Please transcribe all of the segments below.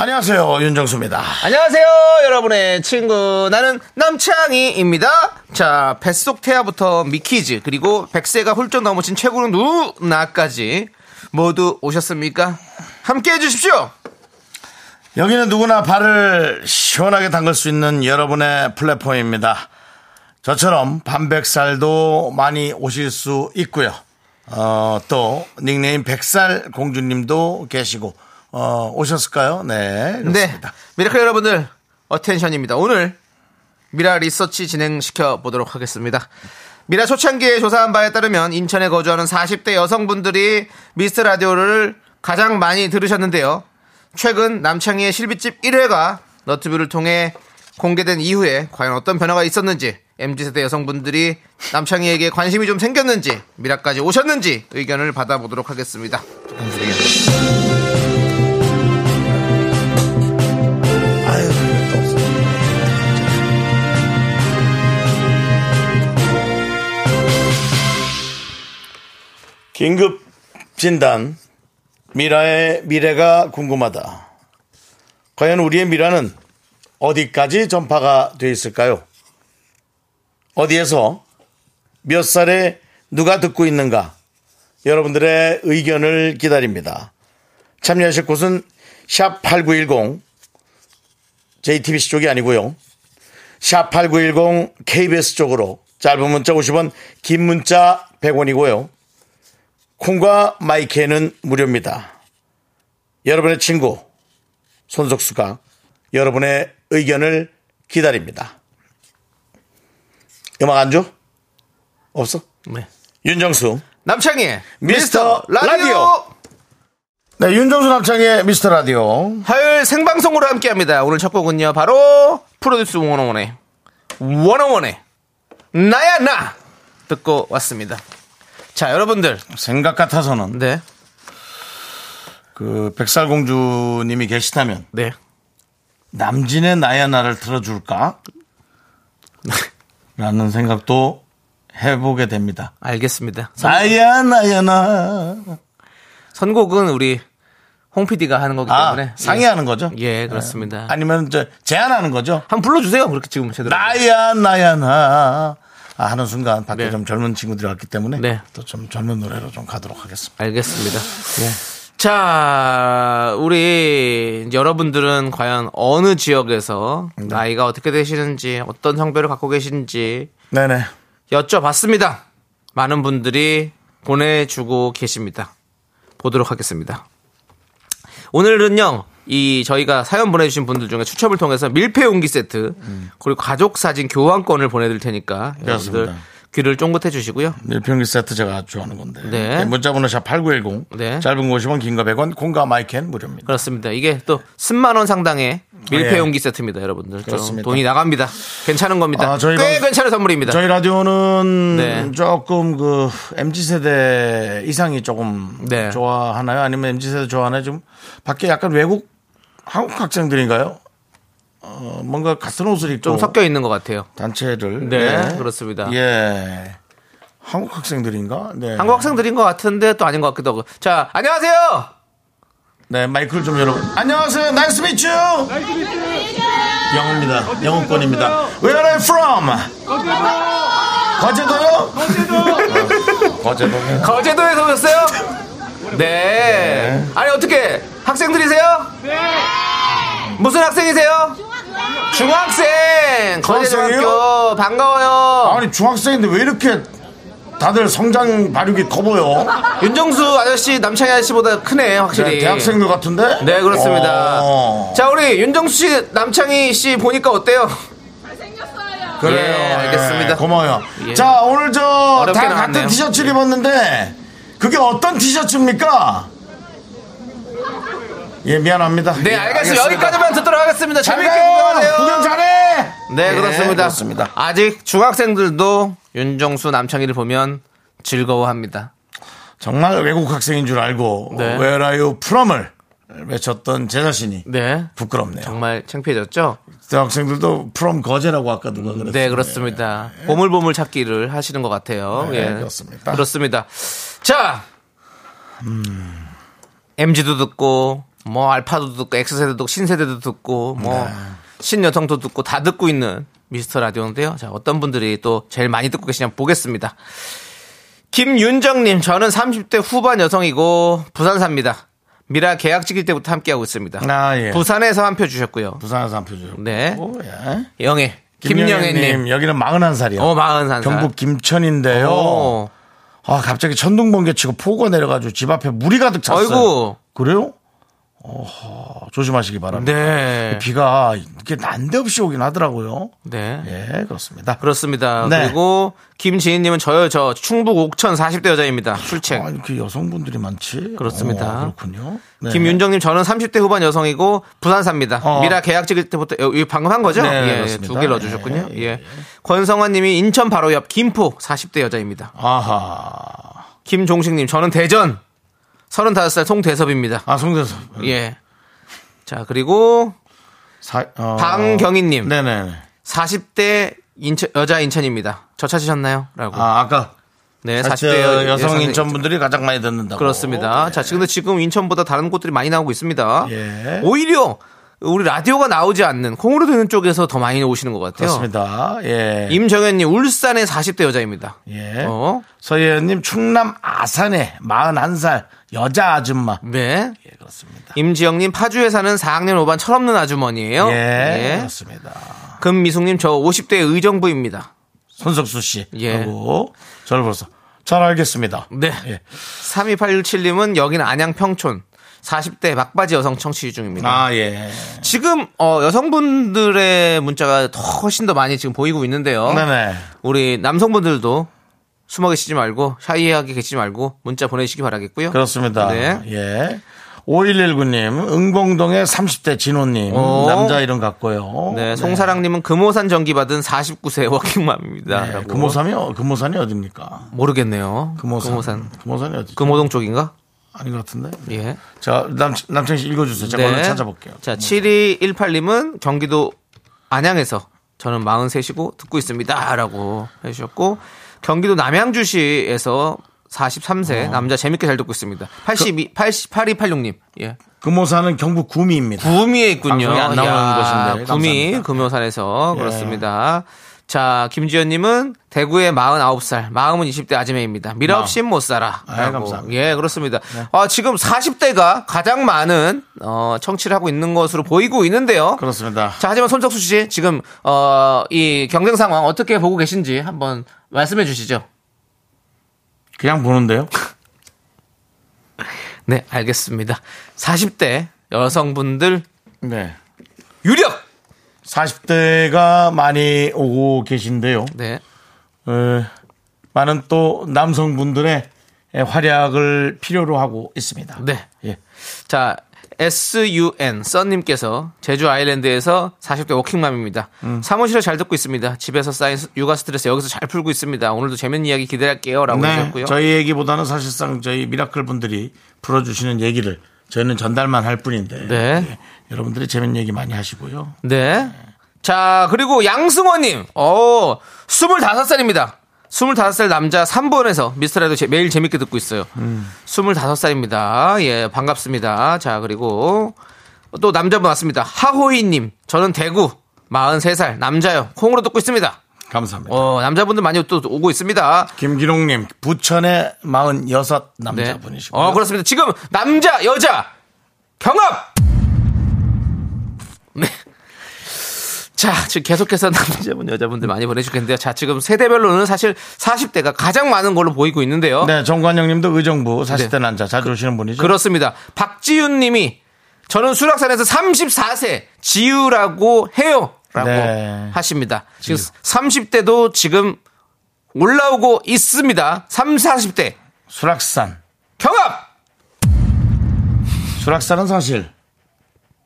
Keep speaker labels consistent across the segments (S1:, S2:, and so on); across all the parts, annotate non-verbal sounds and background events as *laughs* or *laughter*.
S1: 안녕하세요 윤정수입니다.
S2: 안녕하세요, 여러분의 친구. 나는 남창희입니다. 자, 뱃속 태아부터 미키즈, 그리고 100세가 훌쩍 넘으신 최고는 누나까지 모두 오셨습니까? 함께 해주십시오!
S1: 여기는 누구나 발을 시원하게 담글 수 있는 여러분의 플랫폼입니다. 저처럼 반백살도 많이 오실 수 있고요. 어, 또 닉네임 백살 공주님도 계시고 어, 오셨을까요? 네, 그렇습니다.
S2: 네. 미라클 여러분들, 어텐션입니다. 오늘 미라 리서치 진행시켜 보도록 하겠습니다. 미라 초창기에 조사한 바에 따르면 인천에 거주하는 40대 여성분들이 미스터 라디오를 가장 많이 들으셨는데요. 최근 남창희의 실비집 1회가 너튜브를 통해 공개된 이후에 과연 어떤 변화가 있었는지 MZ세대 여성분들이 남창희에게 관심이 좀 생겼는지 미라까지 오셨는지 의견을 받아보도록 하겠습니다.
S1: 아유, 또 없어. 긴급 진단. 미라의 미래가 궁금하다. 과연 우리의 미라는 어디까지 전파가 돼 있을까요? 어디에서 몇 살에 누가 듣고 있는가? 여러분들의 의견을 기다립니다. 참여하실 곳은 샵 8910 JTBC 쪽이 아니고요. 샵 8910 KBS 쪽으로 짧은 문자 50원, 긴 문자 100원이고요. 콩과 마이크는 무료입니다. 여러분의 친구 손석수가 여러분의 의견을 기다립니다. 음악 안 줘? 없어?
S2: 네.
S1: 윤정수
S2: 남창희의
S1: 미스터
S2: 미스터
S1: 라디오.
S2: 라디오.
S1: 네, 윤정수 남창의 미스터 라디오
S2: 화요일 생방송으로 함께합니다. 오늘 첫 곡은요, 바로 프로듀스 101의 101의 나야 나 듣고 왔습니다. 자, 여러분들,
S1: 생각 같아서는
S2: 네,
S1: 그 백살공주님이 계시다면
S2: 네,
S1: 남진의 나야 나를
S2: *laughs*
S1: 들어줄까? 라는 생각도 해보게 됩니다.
S2: 알겠습니다. 선,
S1: 나야 나야 나.
S2: 선곡은 우리 홍 PD가 하는 거기
S1: 아,
S2: 때문에
S1: 상의하는 거죠?
S2: 네, 예, 예, 그렇습니다.
S1: 아니면 저 제안하는 거죠?
S2: 한번 불러주세요. 그렇게 지금 제대로.
S1: 나야 나야 나. 아, 하는 순간 밖에
S2: 네.
S1: 좀 젊은 친구들이 왔기 때문에
S2: 네.
S1: 또 좀 젊은 노래로 좀 가도록 하겠습니다.
S2: 알겠습니다. 예. 자, 우리 이제 여러분들은 과연 어느 지역에서 나이가 어떻게 되시는지, 어떤 성별을 갖고 계신지
S1: 네네.
S2: 여쭤봤습니다. 많은 분들이 보내주고 계십니다. 보도록 하겠습니다. 오늘은요, 이 저희가 사연 보내주신 분들 중에 추첨을 통해서 밀폐 용기 세트 그리고 가족 사진 교환권을 보내드릴 테니까 여러분들
S1: 그렇습니다.
S2: 귀를 쫑긋해 주시고요.
S1: 밀평기 세트 제가 좋아하는 건데.
S2: 네.
S1: 네, 문자번호 샵8910.
S2: 네.
S1: 짧은 거 50원, 긴 거 100원, 콩과 마이캔 무료입니다.
S2: 그렇습니다. 이게 또 10만 원 상당의 밀폐
S1: 예.
S2: 용기 세트입니다, 여러분들. 좀
S1: 그렇습니다.
S2: 돈이 나갑니다. 괜찮은 겁니다.
S1: 아, 저희
S2: 꽤
S1: 방-
S2: 괜찮은 선물입니다.
S1: 저희 라디오는
S2: 네.
S1: 조금 그 MZ 세대 이상이 조금
S2: 네.
S1: 좋아하나요? 아니면 MZ 세대 좋아하나요? 좀 밖에 약간 외국 한국 학생들인가요? 어, 뭔가 같은 옷을 입고
S2: 좀 섞여 있는 것 같아요.
S1: 단체를
S2: 네, 그렇습니다.
S1: 예. 한국 학생들인가? 네.
S2: 한국 학생들인 것 같은데 또 아닌 것 같기도 하고. 자, 안녕하세요.
S1: 네, 마이크를 좀 열어. 안녕하세요. 나이스 미츠. 영어입니다. 영어권입니다. Where are you from? 거제도요? 어, 거제도. 거제도요?
S2: 거제도에서 오셨어요? 네. 아니 어떻게 학생들이세요? 네. 무슨 학생이세요? 중학생. 거제대학교
S1: 중학생이요?
S2: 반가워요.
S1: 아니 중학생인데 왜 이렇게 다들 성장 발육이 커 보여?
S2: 윤정수 아저씨 남창희 아저씨보다 크네 확실히.
S1: 네, 대학생들 같은데?
S2: 네 그렇습니다.
S1: 어.
S2: 자 우리 윤정수 씨 남창희 씨 보니까 어때요?
S1: 그래요.
S2: 예, 알겠습니다.
S1: 예, 고마워요.
S2: 예.
S1: 자 오늘 저 다
S2: 어렵게
S1: 같은
S2: 나왔네요.
S1: 티셔츠를 입었는데 그게 어떤 티셔츠입니까? 예, 미안합니다.
S2: 네,
S1: 예,
S2: 알겠습니다. 여기까지만 듣도록 하겠습니다.
S1: 잘
S2: 재밌게
S1: 가요.
S2: 구경하세요.
S1: 구경 잘해.
S2: 네,
S1: 예,
S2: 그렇습니다.
S1: 그렇습니다.
S2: 아직 중학생들도 윤정수 남창희를 보면 즐거워합니다.
S1: 정말 외국 학생인 줄 알고
S2: 네.
S1: Where are you from을 외쳤던 제 자신이
S2: 네.
S1: 부끄럽네요.
S2: 정말 창피해졌죠?
S1: 대학생들도 from 거제라고 아까 누가 그랬어요.
S2: 네, 그렇습니다. 보물보물 찾기를 하시는 것 같아요.
S1: 네,
S2: 예.
S1: 그렇습니다.
S2: 그렇습니다. 자,
S1: 음.
S2: MG도 듣고, 뭐, 알파도 듣고, X세대도 듣고, 신세대도 듣고, 뭐,
S1: 네.
S2: 신여성도 듣고, 다 듣고 있는 미스터 라디오인데요. 자, 어떤 분들이 또 제일 많이 듣고 계시냐 보겠습니다. 김윤정님, 저는 30대 후반 여성이고, 부산사입니다. 미라 계약직일 때부터 함께하고 있습니다.
S1: 아, 예.
S2: 부산에서 한 표 주셨고요.
S1: 부산에서 한 표죠.
S2: 네.
S1: 오, 예.
S2: 영애, 김영애님.
S1: 김영애님 여기는 41살이요.
S2: 어, 41살.
S1: 경북 김천인데요.
S2: 어.
S1: 아 갑자기 천둥 번개 치고 폭우가 내려가지고 집 앞에 물이 가득 찼어요.
S2: 아이고.
S1: 그래요? 어허, 조심하시기 바랍니다.
S2: 네.
S1: 비가 이렇게 난데없이 오긴 하더라고요.
S2: 네.
S1: 예, 그렇습니다.
S2: 그렇습니다.
S1: 네.
S2: 그리고 김지인님은 저요, 저 충북 옥천 40대 여자입니다. 출첵.
S1: 아, 이렇게 여성분들이 많지?
S2: 그렇죠. 그렇습니다.
S1: 어, 그렇군요. 네.
S2: 김윤정님 저는 30대 후반 여성이고 부산사입니다.
S1: 어.
S2: 미라 계약직일 때부터 어, 이거 방금 한 거죠?
S1: 네,
S2: 예,
S1: 그렇습니다.
S2: 두 개를 넣어주셨군요.
S1: 예,
S2: 예,
S1: 예, 예.
S2: 권성환님이 인천 바로 옆 김포 40대 여자입니다.
S1: 아하.
S2: 김종식님 저는 대전 35살 송대섭입니다.
S1: 아, 송대서.
S2: 예. 자 그리고
S1: 사, 어.
S2: 방경희님
S1: 네네네.
S2: 40대 인천, 여자 인천입니다. 저 찾으셨나요?라고.
S1: 아, 아까.
S2: 네,
S1: 같이
S2: 40대 여-
S1: 여성
S2: 여성
S1: 인천분들이 가장 많이 듣는다고.
S2: 그렇습니다. 자, 지금 지금 인천보다 다른 곳들이 많이 나오고 있습니다.
S1: 예.
S2: 오히려 우리 라디오가 나오지 않는 콩으로 되는 쪽에서 더 많이 오시는 것 같아요.
S1: 그렇습니다. 예.
S2: 임정현님 울산의 40대 여자입니다.
S1: 예.
S2: 어?
S1: 서예은님 충남 아산에 41살 여자 아줌마.
S2: 네.
S1: 예, 그렇습니다.
S2: 임지영님 파주에 사는 4학년 5반 철없는 아주머니예요.
S1: 예,
S2: 예.
S1: 그렇습니다.
S2: 금미숙님 저 50대 의정부입니다.
S1: 손석수 씨.
S2: 예.
S1: 그리고 저를 벌써 잘 알겠습니다.
S2: 네.
S1: 예.
S2: 32817님은 여기는 안양 평촌 40대 막바지 여성 청취 중입니다.
S1: 아, 예.
S2: 지금 어, 여성분들의 문자가 더 훨씬 더 많이 지금 보이고 있는데요.
S1: 네네.
S2: 우리 남성분들도 숨어 계시지 말고 샤이하게 계시지 말고 문자 보내시기 바라겠고요.
S1: 그렇습니다.
S2: 네.
S1: 예. 5119님, 은공동의 30대 진호님,
S2: 오.
S1: 남자 이름 같고요.
S2: 어? 네, 송사랑님은 금호산 전기 받은 49세 *laughs* 워킹맘입니다.
S1: 네,
S2: 라고.
S1: 금호산이, 어- 금호산이 어딥니까?
S2: 모르겠네요.
S1: 금호산.
S2: 금호산.
S1: 금호산이 어디?
S2: 금호동 쪽인가?
S1: 아닌 것 같은데?
S2: 예.
S1: 자, 남, 남창 씨 읽어주세요. 제가 얼른 찾아볼게요.
S2: 네. 자, 7218님은 경기도 안양에서 저는 43이고 듣고 있습니다. 라고 해주셨고, 경기도 남양주시에서
S1: 어.
S2: 43세 남자 재밌게 잘 듣고 있습니다. 82, 80, 8286님. 예.
S1: 금호산은 경북 구미입니다.
S2: 구미에 있군요.
S1: 방송이 안 나오는 곳인데
S2: 구미
S1: 감사합니다.
S2: 금요산에서
S1: 예.
S2: 그렇습니다. 자, 김지현님은 대구의 49살, 마음은 20대 아지매입니다. 미라 없인 못 살아.
S1: 아,
S2: 라고.
S1: 감사합니다. 네.
S2: 예, 그렇습니다. 아, 지금 40대가 가장 많은 어, 청취를 하고 있는 것으로 보이고 있는데요.
S1: 그렇습니다.
S2: 자, 하지만 손석수 씨 지금 어, 이 경쟁 상황 어떻게 보고 계신지 한번 말씀해 주시죠.
S1: 그냥
S2: *laughs*
S1: 보는데요.
S2: 네, 알겠습니다. 40대 여성분들
S1: 네.
S2: 유력.
S1: 40대가 많이 오고 계신데요.
S2: 네.
S1: 에, 많은 또 남성분들의 에, 활약을 필요로 하고 있습니다.
S2: 네.
S1: 예.
S2: 자, SUN 썬님께서 제주 아일랜드에서 40대 워킹맘입니다.
S1: 음.
S2: 사무실에 잘 듣고 있습니다. 집에서 쌓인 스- 육아 스트레스 여기서 잘 풀고 있습니다. 오늘도 재밌는 이야기 기대할게요. 라고
S1: 네.
S2: 하셨고요.
S1: 저희 얘기보다는 사실상 저희 미라클 분들이 풀어주시는 얘기를 저희는 전달만 할 뿐인데.
S2: 네.
S1: 예. 여러분들이 재밌는 얘기 많이 하시고요.
S2: 네. 자, 그리고 양승원님. 어, 25살입니다. 25살 남자 3번에서 미스터라도 매일 재밌게 듣고 있어요.
S1: 음.
S2: 25살입니다. 예, 반갑습니다. 자, 그리고 또 남자분 왔습니다. 하호이님. 저는 대구 43살 남자요. 콩으로 듣고 있습니다.
S1: 감사합니다.
S2: 어, 남자분들 많이 또 오고 있습니다.
S1: 김기록님, 부천의 46
S2: 네.
S1: 남자분이시고요.
S2: 어, 그렇습니다. 지금 남자, 여자 경합. 네. 자, 지금 계속해서 *laughs* 남자분, 여자분들 많이 보내주겠는데요. 자, 지금 세대별로는 사실 40대가 가장 많은 걸로 보이고 있는데요.
S1: 네, 정관영님도 의정부 40대
S2: 어? 네.
S1: 남자 자주 오시는 분이죠.
S2: 그렇습니다. 박지윤 님이 저는 수락산에서 34세 지유라고 해요. 라고
S1: 네.
S2: 하십니다. 지금 30대도 지금 올라오고 있습니다. 30, 40대
S1: 수락산.
S2: 경합!
S1: 수락산은 사실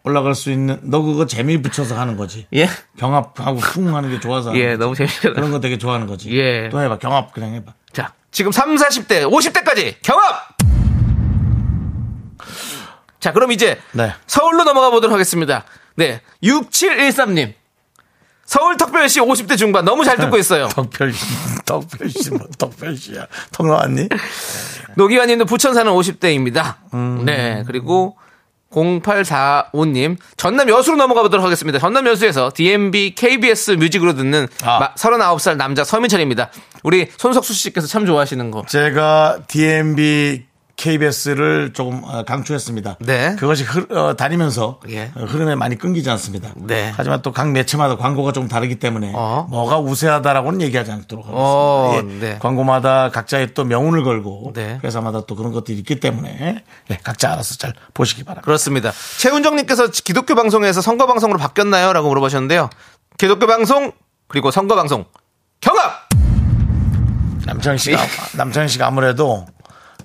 S1: 올라갈 수 있는 너 그거 재미 붙여서 하는 거지.
S2: 예?
S1: 경합하고 쿵 하는 게 좋아서. 하는
S2: 예,
S1: 거지.
S2: 너무 재밌잖아요.
S1: 그런 거 되게 좋아하는 거지.
S2: 예.
S1: 또 해봐. 경합 그냥 해봐.
S2: 자, 지금 3, 40대, 50대까지 경합! 자, 그럼 이제
S1: 네.
S2: 서울로 넘어가 보도록 하겠습니다. 네. 6713님. 서울 턱별시 50대 중반 너무 잘
S1: 네.
S2: 듣고 있어요.
S1: 덕별씨, *laughs* 덕별씨, 뭐 덕별씨야. 턱 나왔니?
S2: 노기환 님도 부천 사는 50대입니다.
S1: 음.
S2: 네. 그리고 0845님, 전남 여수로 넘어가 보도록 하겠습니다. 전남 여수에서 DMB KBS 뮤직으로 듣는
S1: 아.
S2: 마- 39살 남자 서민철입니다. 우리 손석수 씨께서 참 좋아하시는 거.
S1: 제가 DMB KBS를 조금 어, 강추했습니다.
S2: 네.
S1: 그것이 흐, 어, 다니면서
S2: 예.
S1: 어, 흐름에 많이 끊기지 않습니다.
S2: 네.
S1: 하지만 또 각 매체마다 광고가 좀 다르기 때문에
S2: 어.
S1: 뭐가 우세하다라고는 얘기하지 않도록 하겠습니다.
S2: 어,
S1: 예.
S2: 네.
S1: 광고마다 각자의 또 명운을 걸고
S2: 네.
S1: 회사마다 또 그런 것들이 있기 때문에 예, 각자 알아서 잘 보시기 바랍니다.
S2: 그렇습니다. 최훈정님께서 기독교 방송에서 선거 방송으로 바뀌었나요? 라고 물어보셨는데요. 기독교 방송, 그리고 선거 방송, 경합!
S1: 남창희 씨가 남창희 씨가 아무래도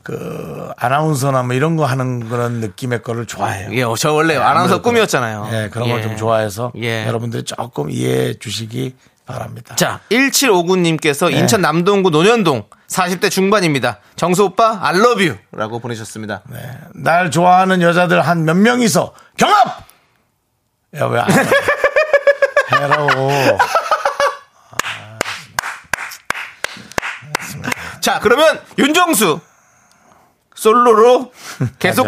S1: 그 아나운서나 뭐 이런 거 하는 그런 느낌의 거를 좋아해요.
S2: 예, 저 원래 아나운서
S1: 아무래도
S2: 꿈이었잖아요.
S1: 예, 그런 걸
S2: 예.
S1: 좀 좋아해서
S2: 예.
S1: 여러분들이 조금 이해해 주시기 바랍니다.
S2: 자, 네. 1759님께서 인천 남동구 논현동 40대 중반입니다. 정수 오빠, I love you. 라고 보내셨습니다.
S1: 네. 날 좋아하는 여자들 한 몇 명이서 경합! 야, 왜
S2: *laughs*
S1: 안 해? 해라고.
S2: 자, 그러면 윤정수. *laughs* 솔로로 계속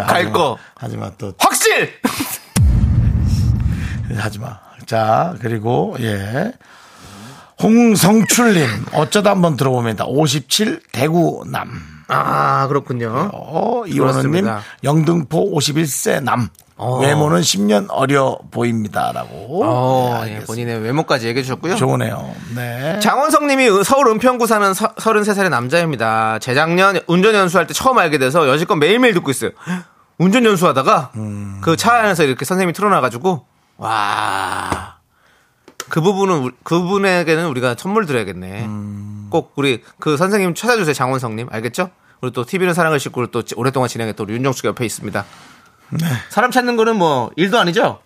S1: 하지 마,
S2: 갈
S1: 하지 마.
S2: 거.
S1: 하지 마, 또.
S2: 확실!
S1: 하지 마. 자, 그리고, 예. 홍성출님, 어쩌다 한번 들어봅니다. 57 대구남.
S2: 아, 그렇군요.
S1: 어, 이원우님
S2: 그렇습니다.
S1: 영등포 51세 남
S2: 어.
S1: 외모는 10년 어려 보입니다라고
S2: 어,
S1: 네,
S2: 예,
S1: 알겠습니다.
S2: 본인의 외모까지 얘기해 주셨고요.
S1: 좋으네요. 네.
S2: 장원성 님이 서울 은평구 사는 서, 33살의 남자입니다. 재작년 운전 연수할 때 처음 알게 돼서 여지껏 매일매일 듣고 있어요. *gasps* 헉, 운전 연수하다가
S1: 음.
S2: 그 차 안에서 이렇게 선생님이 틀어놔가지고 와. 그 부분은 우리- 그분에게는 우리가 선물 드려야겠네.
S1: 음.
S2: 꼭 우리 그 선생님 찾아주세요, 장원성님 알겠죠? 우리 또 TV는 사랑을 싣고 또 지- 오랫동안 진행했던 우리 윤정수 옆에 있습니다. 사람 찾는 거는 뭐 일도 아니죠?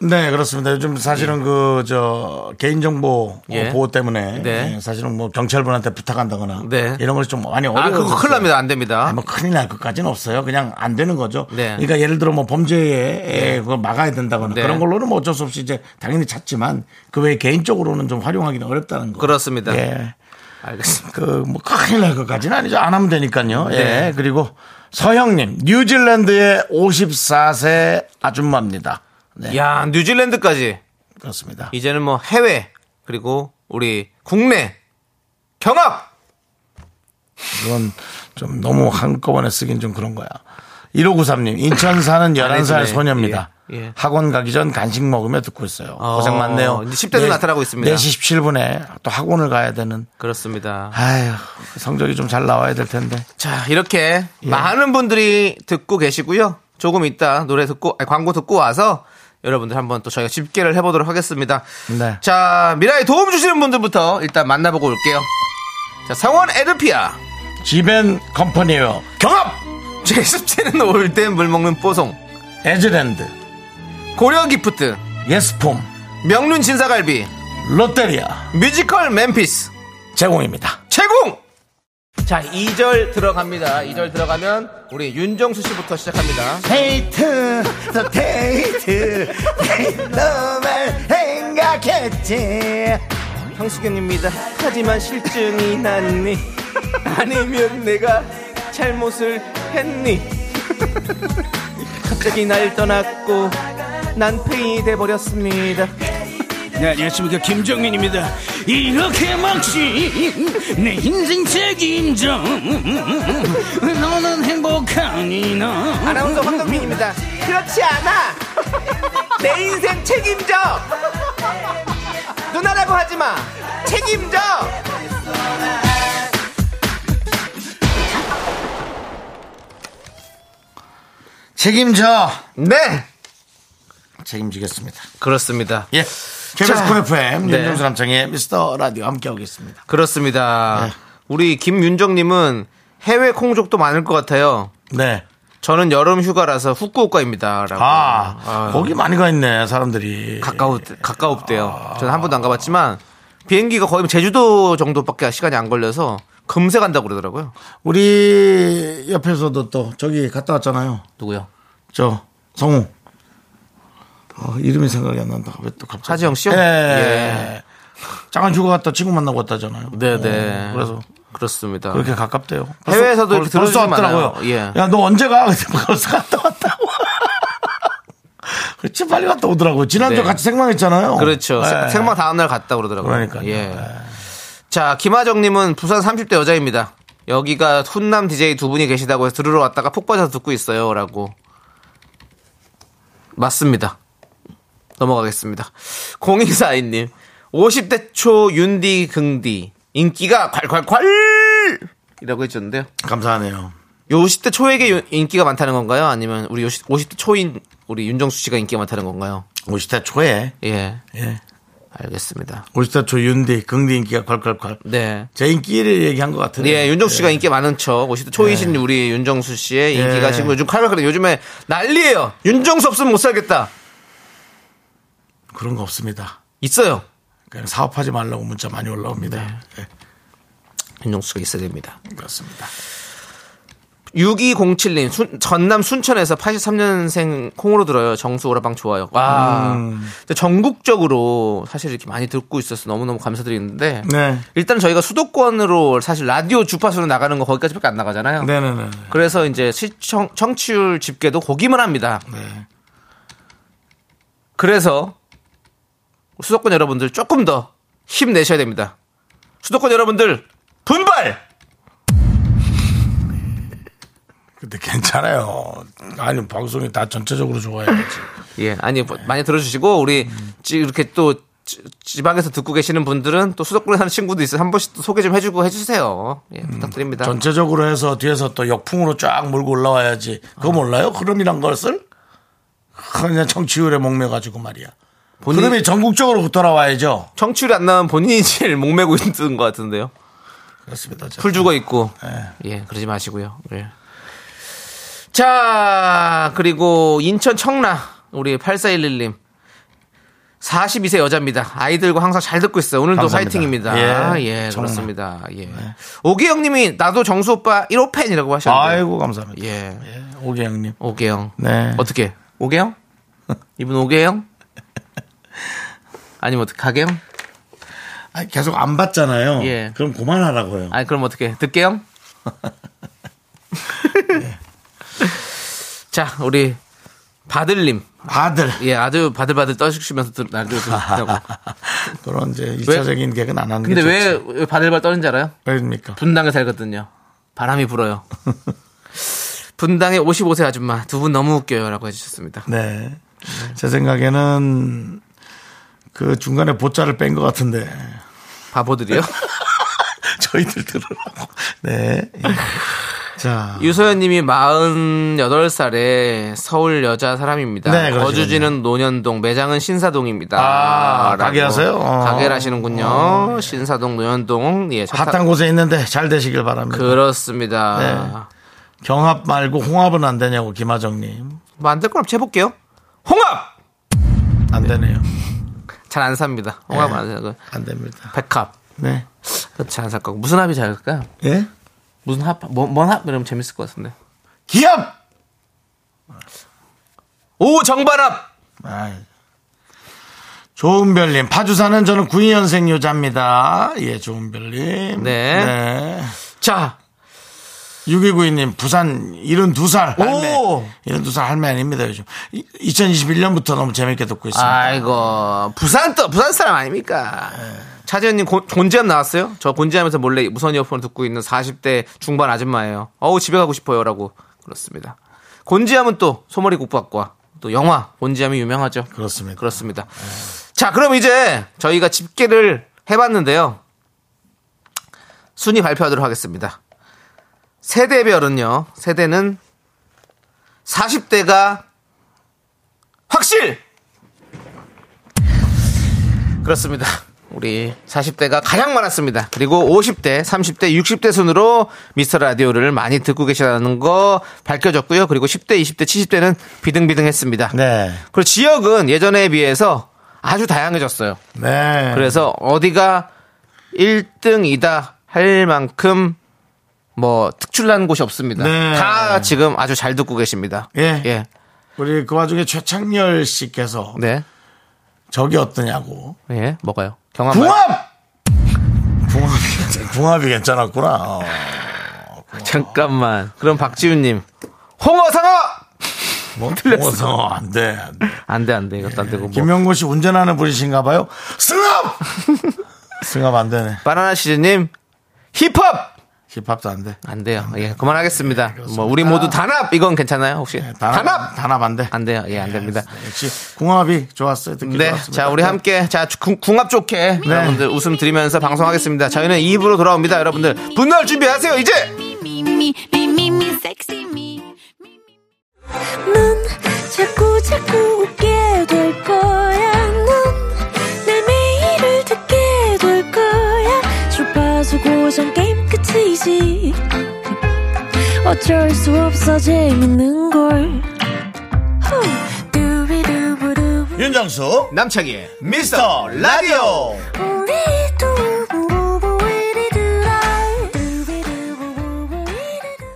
S1: 네, 그렇습니다. 요즘 사실은 그 저 개인정보
S2: 예.
S1: 보호 때문에
S2: 네.
S1: 예, 사실은 뭐 경찰분한테 부탁한다거나
S2: 네.
S1: 이런 걸 좀 많이 어려워.
S2: 아 그거 큰일 납니다, 안 됩니다.
S1: 아니, 뭐 큰일 날 것까지는 없어요. 그냥 안 되는 거죠.
S2: 네.
S1: 그러니까 예를 들어 뭐 범죄에 그걸 막아야 된다거나
S2: 네.
S1: 그런 걸로는 뭐 어쩔 수 없이 이제 당연히 찾지만 그 외에 개인적으로는 좀 활용하기는 어렵다는 거.
S2: 그렇습니다.
S1: 예.
S2: 알겠습니다.
S1: 그 뭐 큰일 날 것까지는 아니죠. 안 하면 되니까요.
S2: 네.
S1: 예. 그리고 서형님 뉴질랜드의 54세 아줌마입니다. 네,
S2: 야 뉴질랜드까지.
S1: 그렇습니다.
S2: 이제는 뭐 해외 그리고 우리 국내 경합
S1: 이건 좀 너무 한꺼번에 쓰긴 좀 그런 거야. 1593님 인천 사는
S2: 아, 해주네.
S1: 11살 소녀입니다.
S2: 예, 예.
S1: 학원 가기 전 간식 먹으며 듣고 있어요.
S2: 어,
S1: 고생 많네요.
S2: 이제 10대 도 나타나고 있습니다.
S1: 4시 17분에 또 학원을 가야 되는.
S2: 그렇습니다.
S1: 아휴 성적이 좀 잘 나와야 될 텐데.
S2: 자 이렇게 많은 분들이 듣고 계시고요. 조금 이따 노래 듣고 아니, 광고 듣고 와서 여러분들 한번 또 저희가 집계를 해보도록 하겠습니다.
S1: 네.
S2: 자 미라에 도움 주시는 분들부터 일단 만나보고 올게요. 자 성원 에르피아 *laughs*
S1: 지벤 컴퍼니웨어 경합
S2: 제습제는 올 때 물 먹는 뽀송
S1: 에즈랜드
S2: 고려 기프트
S1: 예스폼
S2: 명륜 진사갈비
S1: 롯데리아
S2: 뮤지컬 맨피스
S1: 제공입니다.
S2: 제공! 자, 2절 들어갑니다. 2절 들어가면 우리 윤정수 씨부터 시작합니다.
S1: 데이트, 또 데이트, *laughs* 너만 생각했지.
S2: 형수경입니다. 하지만 실증이 났니? 아니면 내가 잘못을 했니? *laughs* 갑자기 날 떠났고 난 페이 돼버렸습니다.
S3: 네, 안녕하십니까. 김정민입니다. 이렇게 막지, 내 인생 책임져. 너는 행복하니, 너.
S2: 아나운서 황동민입니다. 그렇지 않아! *laughs* 내 인생 책임져! 누나라고 하지 마! 책임져!
S1: 책임져.
S2: 네!
S1: 책임지겠습니다.
S2: 그렇습니다.
S1: 예. KBS
S2: 자,
S1: 쿨 FM
S2: 네.
S1: 윤정수 남창의 미스터 네. 라디오 함께하고 있습니다.
S2: 그렇습니다. 우리 김윤정님은 해외 콩족도 많을 것 같아요.
S1: 네.
S2: 저는 여름 휴가라서 후쿠오카입니다라고.
S1: 아,
S2: 아유,
S1: 거기 많이 가 있네, 사람들이.
S2: 가까우
S1: 아.
S2: 가까웁대요. 저는 한 번도 안 가봤지만 비행기가 거의 뭐 제주도 정도밖에 시간이 안 걸려서 금세 간다고 그러더라고요.
S1: 우리 옆에서도 또 저기 갔다 왔잖아요.
S2: 누구요?
S1: 저, 성우. 어, 이름이 생각이 안 난다. 왜 또 갑자기.
S2: 하지영 씨요?
S1: 예.
S2: 예.
S1: 잠깐 휴가 갔다 친구 만나고 왔다잖아요.
S2: 네네.
S1: 어, 그래서
S2: 그렇습니다.
S1: 그렇게 가깝대요.
S2: 그러니까. 해외에서도
S1: 벌써-
S2: 이렇게
S1: 벌써
S2: 들어주지
S1: 왔더라고요.
S2: 않아요. 예.
S1: 야, 너 언제 가? 그래서 *laughs* 벌써 갔다 왔다고. 그렇지, 빨리 갔다 오더라고요. 지난주
S2: 네.
S1: 같이 생방했잖아요.
S2: 그렇죠. 생-
S1: 예.
S2: 생방 다음 날 갔다 그러더라고요.
S1: 그러니까요. 네.
S2: 예. 자, 김하정님은 부산 30대 여자입니다. 여기가 훈남 DJ 두 분이 계시다고 해서 들으러 왔다가 푹 빠져서 듣고 있어요. 라고. 맞습니다. 넘어가겠습니다. 0242님. 50대 초 윤디 긍디. 인기가 콸콸콸! 이라고 해주셨는데요.
S1: 감사하네요.
S2: 요 50대 초에게 요- 인기가 많다는 건가요? 아니면 우리 50, 50대 초인 우리 윤정수 씨가 인기가 많다는 건가요?
S1: 50대 초에.
S2: 예.
S1: 예.
S2: 알겠습니다.
S1: 50대 초 윤디, 긍디 인기가 콸콸콸.
S2: 네.
S1: 제 인기를 얘기한 것 같은데.
S2: 예, 윤정수 씨가 인기 많은 척, 50대 초이신 우리 윤정수 씨의 인기가
S1: 예.
S2: 지금 요즘 칼칼칼 요즘에 난리예요. 윤정수 없으면 못 살겠다.
S1: 그런 거 없습니다.
S2: 있어요.
S1: 그냥 사업하지 말라고 문자 많이
S2: 네.
S1: 올라옵니다. 예,
S2: 윤정수가 있어야 됩니다.
S1: 그렇습니다.
S2: 6207님, 순- 전남 순천에서 83년생 콩으로 들어요. 정수 오라방 좋아요. 와. 근데 전국적으로 사실 이렇게 많이 듣고 있어서 너무너무 감사드리는데.
S1: 네.
S2: 일단 저희가 수도권으로 사실 라디오 주파수로 나가는 거 거기까지밖에 안 나가잖아요.
S1: 네네네.
S2: 그래서 이제 시청 청취율 집계도 보기만 합니다.
S1: 네.
S2: 그래서 수도권 여러분들 조금 더 힘내셔야 됩니다. 수도권 여러분들 분발!
S1: 근데 괜찮아요. 아니, 방송이 다 전체적으로 좋아야지.
S2: 예, 아니 뭐, 많이 들어주시고 우리 지- 이렇게 또 지- 지방에서 듣고 계시는 분들은 또 수도권에 사는 친구도 있어요. 한 번씩 또 소개 좀 해주고 해주세요. 예, 부탁드립니다.
S1: 전체적으로 해서 뒤에서 또 역풍으로 쫙 몰고 올라와야지. 그거 몰라요? 흐름이란 것을? 그냥 청취율에 목매가지고 말이야.
S2: 본인-
S1: 흐름이 전국적으로 돌아와야죠.
S2: 청취율 안 나면 본인이 제일 목매고 있는 것 같은데요.
S1: 그렇습니다. 제가.
S2: 풀 죽어 있고.
S1: 네.
S2: 예, 그러지 마시고요. 예. 자, 그리고 인천 청라 우리 8411님. 42세 여자입니다. 아이들과 항상 잘 듣고 있어요. 오늘도
S1: 감사합니다.
S2: 파이팅입니다.
S1: 예, 네.
S2: 예,
S1: 청라.
S2: 그렇습니다. 예. 오기영 님이 나도 정수 오빠 1호 팬이라고 하셨는데.
S1: 아이고, 감사합니다.
S2: 예.
S1: 예, 오기영님.
S2: 오계영.
S1: 네.
S2: 어떻게? 오계영?
S1: *laughs*
S2: 이분 오계영? 아니면 어떻게 가계영?
S1: 아니, 계속 안 봤잖아요.
S2: 예.
S1: 그럼 그만하라고요.
S2: 아니 그럼 어떻게? 듣게영?
S1: 네.
S2: *laughs* 자, 우리 바들님.
S1: 아들.
S2: 예, 아주 바들바들 떠시면서 들- 라디오
S1: *laughs*
S2: 듣다고.
S1: 그런 이제 일차적인 계획은 안 하는
S2: 근데
S1: 게
S2: 왜,
S1: 좋지.
S2: 왜 바들바들 떠는지 알아요?
S1: 왜입니까?
S2: 분당에 살거든요. 바람이
S1: *laughs*
S2: 불어요. 분당의 55세 아줌마 두 분 너무 웃겨요라고 해주셨습니다.
S1: 네. 제 생각에는 그 중간에 보자를 뺀 것 같은데 *laughs*
S2: 바보들이요.
S1: 저희들 들으라고. 네. 예. 자.
S2: 아. 유소연님이 48살에 서울 여자 사람입니다.
S1: 네, 그러시군요.
S2: 거주지는 노년동, 매장은 신사동입니다.
S1: 아,
S2: 라고.
S1: 가게 하세요? 어.
S2: 가게를 하시는군요. 신사동, 노년동. 예, 차 타-
S1: 핫한 곳에 있는데 잘 되시길 바랍니다.
S2: 그 그렇습니다.
S1: 네. 경합 말고 홍합은 안 되냐고 김하정님.
S2: 뭐 안 될 거면 해볼게요. 홍합!
S1: 안 되네요.
S2: 잘 안 삽니다.
S1: 네.
S2: 홍합 안 사고.
S1: 안 됩니다.
S2: 백합.
S1: 네.
S2: 잘 안 살 거고. 무슨 합이 잘할까?
S1: 예?
S2: 무슨 합, 뭔, 뭔 합? 이러면 재밌을 것 같은데.
S1: 기합.
S2: 오, 정반합!
S1: 아이. 조은별님 파주사는 저는 92년생 여자입니다. 예, 조은별님.
S2: 네.
S1: 네.
S2: 자,
S1: 6292님 부산 72살 할매
S2: 오!
S1: 72살 할매 아닙니다 요즘 2021년부터 너무 재밌게 듣고 있습니다
S2: 아이고 부산 또 부산 사람 아닙니까?
S1: 네.
S2: 차재현님 곤- 곤지암 나왔어요? 저 곤지암에서 몰래 무선 이어폰 듣고 있는 40대 중반 아줌마예요. 어우 집에 가고 싶어요라고 그렇습니다. 곤지암은 또 소머리 국밥과 또 영화 곤지암이 유명하죠.
S1: 그렇습니다.
S2: 그렇습니다. 자 그럼 이제 저희가 집계를 해봤는데요. 순위 발표하도록 하겠습니다. 세대별은요. 세대는 40대가 확실 그렇습니다. 우리 40대가 가장 많았습니다. 그리고 50대, 30대, 60대 순으로 미스터 라디오를 많이 듣고 계시다는 거 밝혀졌고요. 그리고 10대, 20대, 70대는 비등비등했습니다.
S1: 네.
S2: 그리고 지역은 예전에 비해서 아주 다양해졌어요.
S1: 네.
S2: 그래서 어디가 1등이다 할 만큼 뭐 특출난 곳이 없습니다.
S1: 네.
S2: 다 지금 아주 잘 듣고 계십니다.
S1: 예.
S2: 예.
S1: 우리 그 와중에 최창렬 씨께서
S2: 네.
S1: 저기 어떠냐고.
S2: 예. 뭐가요? 경험.
S1: 궁합!
S2: 네.
S1: 궁합이, 괜찮- 궁합이 괜찮았구나. 어.
S2: 잠깐만. 그럼 박지훈님. 홍어 상어!
S1: 뭐,
S2: *laughs* 틀렸어.
S1: 어서, 안 돼. 안 돼.
S2: 안 돼, 안 돼. 이것도 안 되고. 뭐.
S1: 김영곤 씨 운전하는 분이신가 봐요. 승합!
S2: *laughs*
S1: 승합 안 되네.
S2: 바나나 시즈님. 힙합!
S1: 힙합도 안 돼.
S2: 안 돼요. 예.
S1: 네,
S2: 그만하겠습니다. 뭐, 우리 모두
S1: 아.
S2: 단합! 이건 괜찮아요, 혹시? 단합!
S1: 단합 안 돼.
S2: 안 돼요. 예, 안 됩니다.
S1: 역시 궁합이 좋았어요. 듣기
S2: 네,
S1: 좋았습니다. 네.
S2: 자 우리 함께 자 주- 궁- 궁합 좋게 여러분들 웃음 드리면서 방송하겠습니다. 저희는 2부로 돌아옵니다. 여러분들 분노할 준비하세요. 이제
S4: me, me, me, me, me, sexy me. 넌 자꾸 자꾸 웃게 될 거야. 넌내 매일을 듣게 될 거야. 주파수 고정 게임 끝이지. 어쩔 수 없어 재밌는 걸. 후. 두비두부두부.
S1: 윤정수
S2: 남창희
S1: 미스터 라디오
S4: 우리 두부부부 우리들아. 두비두부부부 우리들아.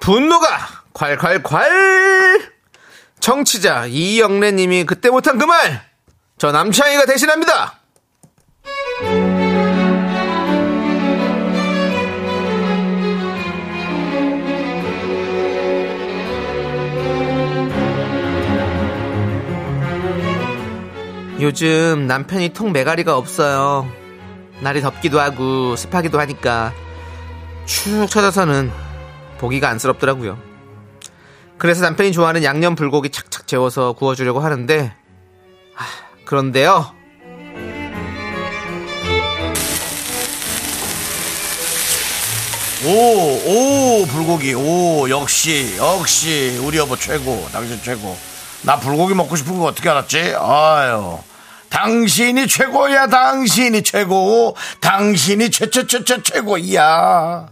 S2: 분노가 콸콸콸 청취자 이영래님이 그때 못한 그 말 저 남창희가 대신합니다. 요즘 남편이 통 메가리가 없어요. 날이 덥기도 하고 습하기도 하니까 축 쳐져서는 보기가 안쓰럽더라고요. 그래서 남편이 좋아하는 양념 불고기 착착 재워서 구워주려고 하는데, 아, 그런데요.
S1: 오오 불고기 오 역시 역시 우리 여보 최고 당신 최고 나 불고기 먹고 싶은 거 어떻게 알았지 아유 당신이 최고야 당신이 최고 당신이 최최최최 최고야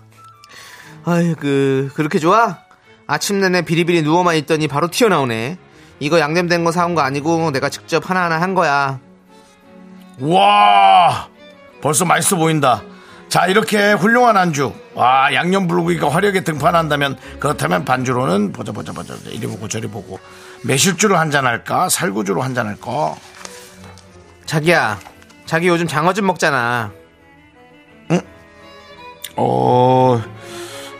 S2: 아이고, 그렇게 좋아? 아침 내내 비리비리 누워만 있더니 바로 튀어나오네. 이거 양념된 거 사온 거 아니고 내가 직접 하나하나 한 거야.
S1: 와 벌써 맛있어 보인다 자 이렇게 훌륭한 안주 와 양념 불고기가 화려하게 등판한다면 그렇다면 반주로는 보자 보자 보자 보자. 이리 보고 저리 보고 매실주로 한잔할까 살구주로 한잔할까
S2: 자기야, 자기 요즘 장어 좀 먹잖아.
S1: 어,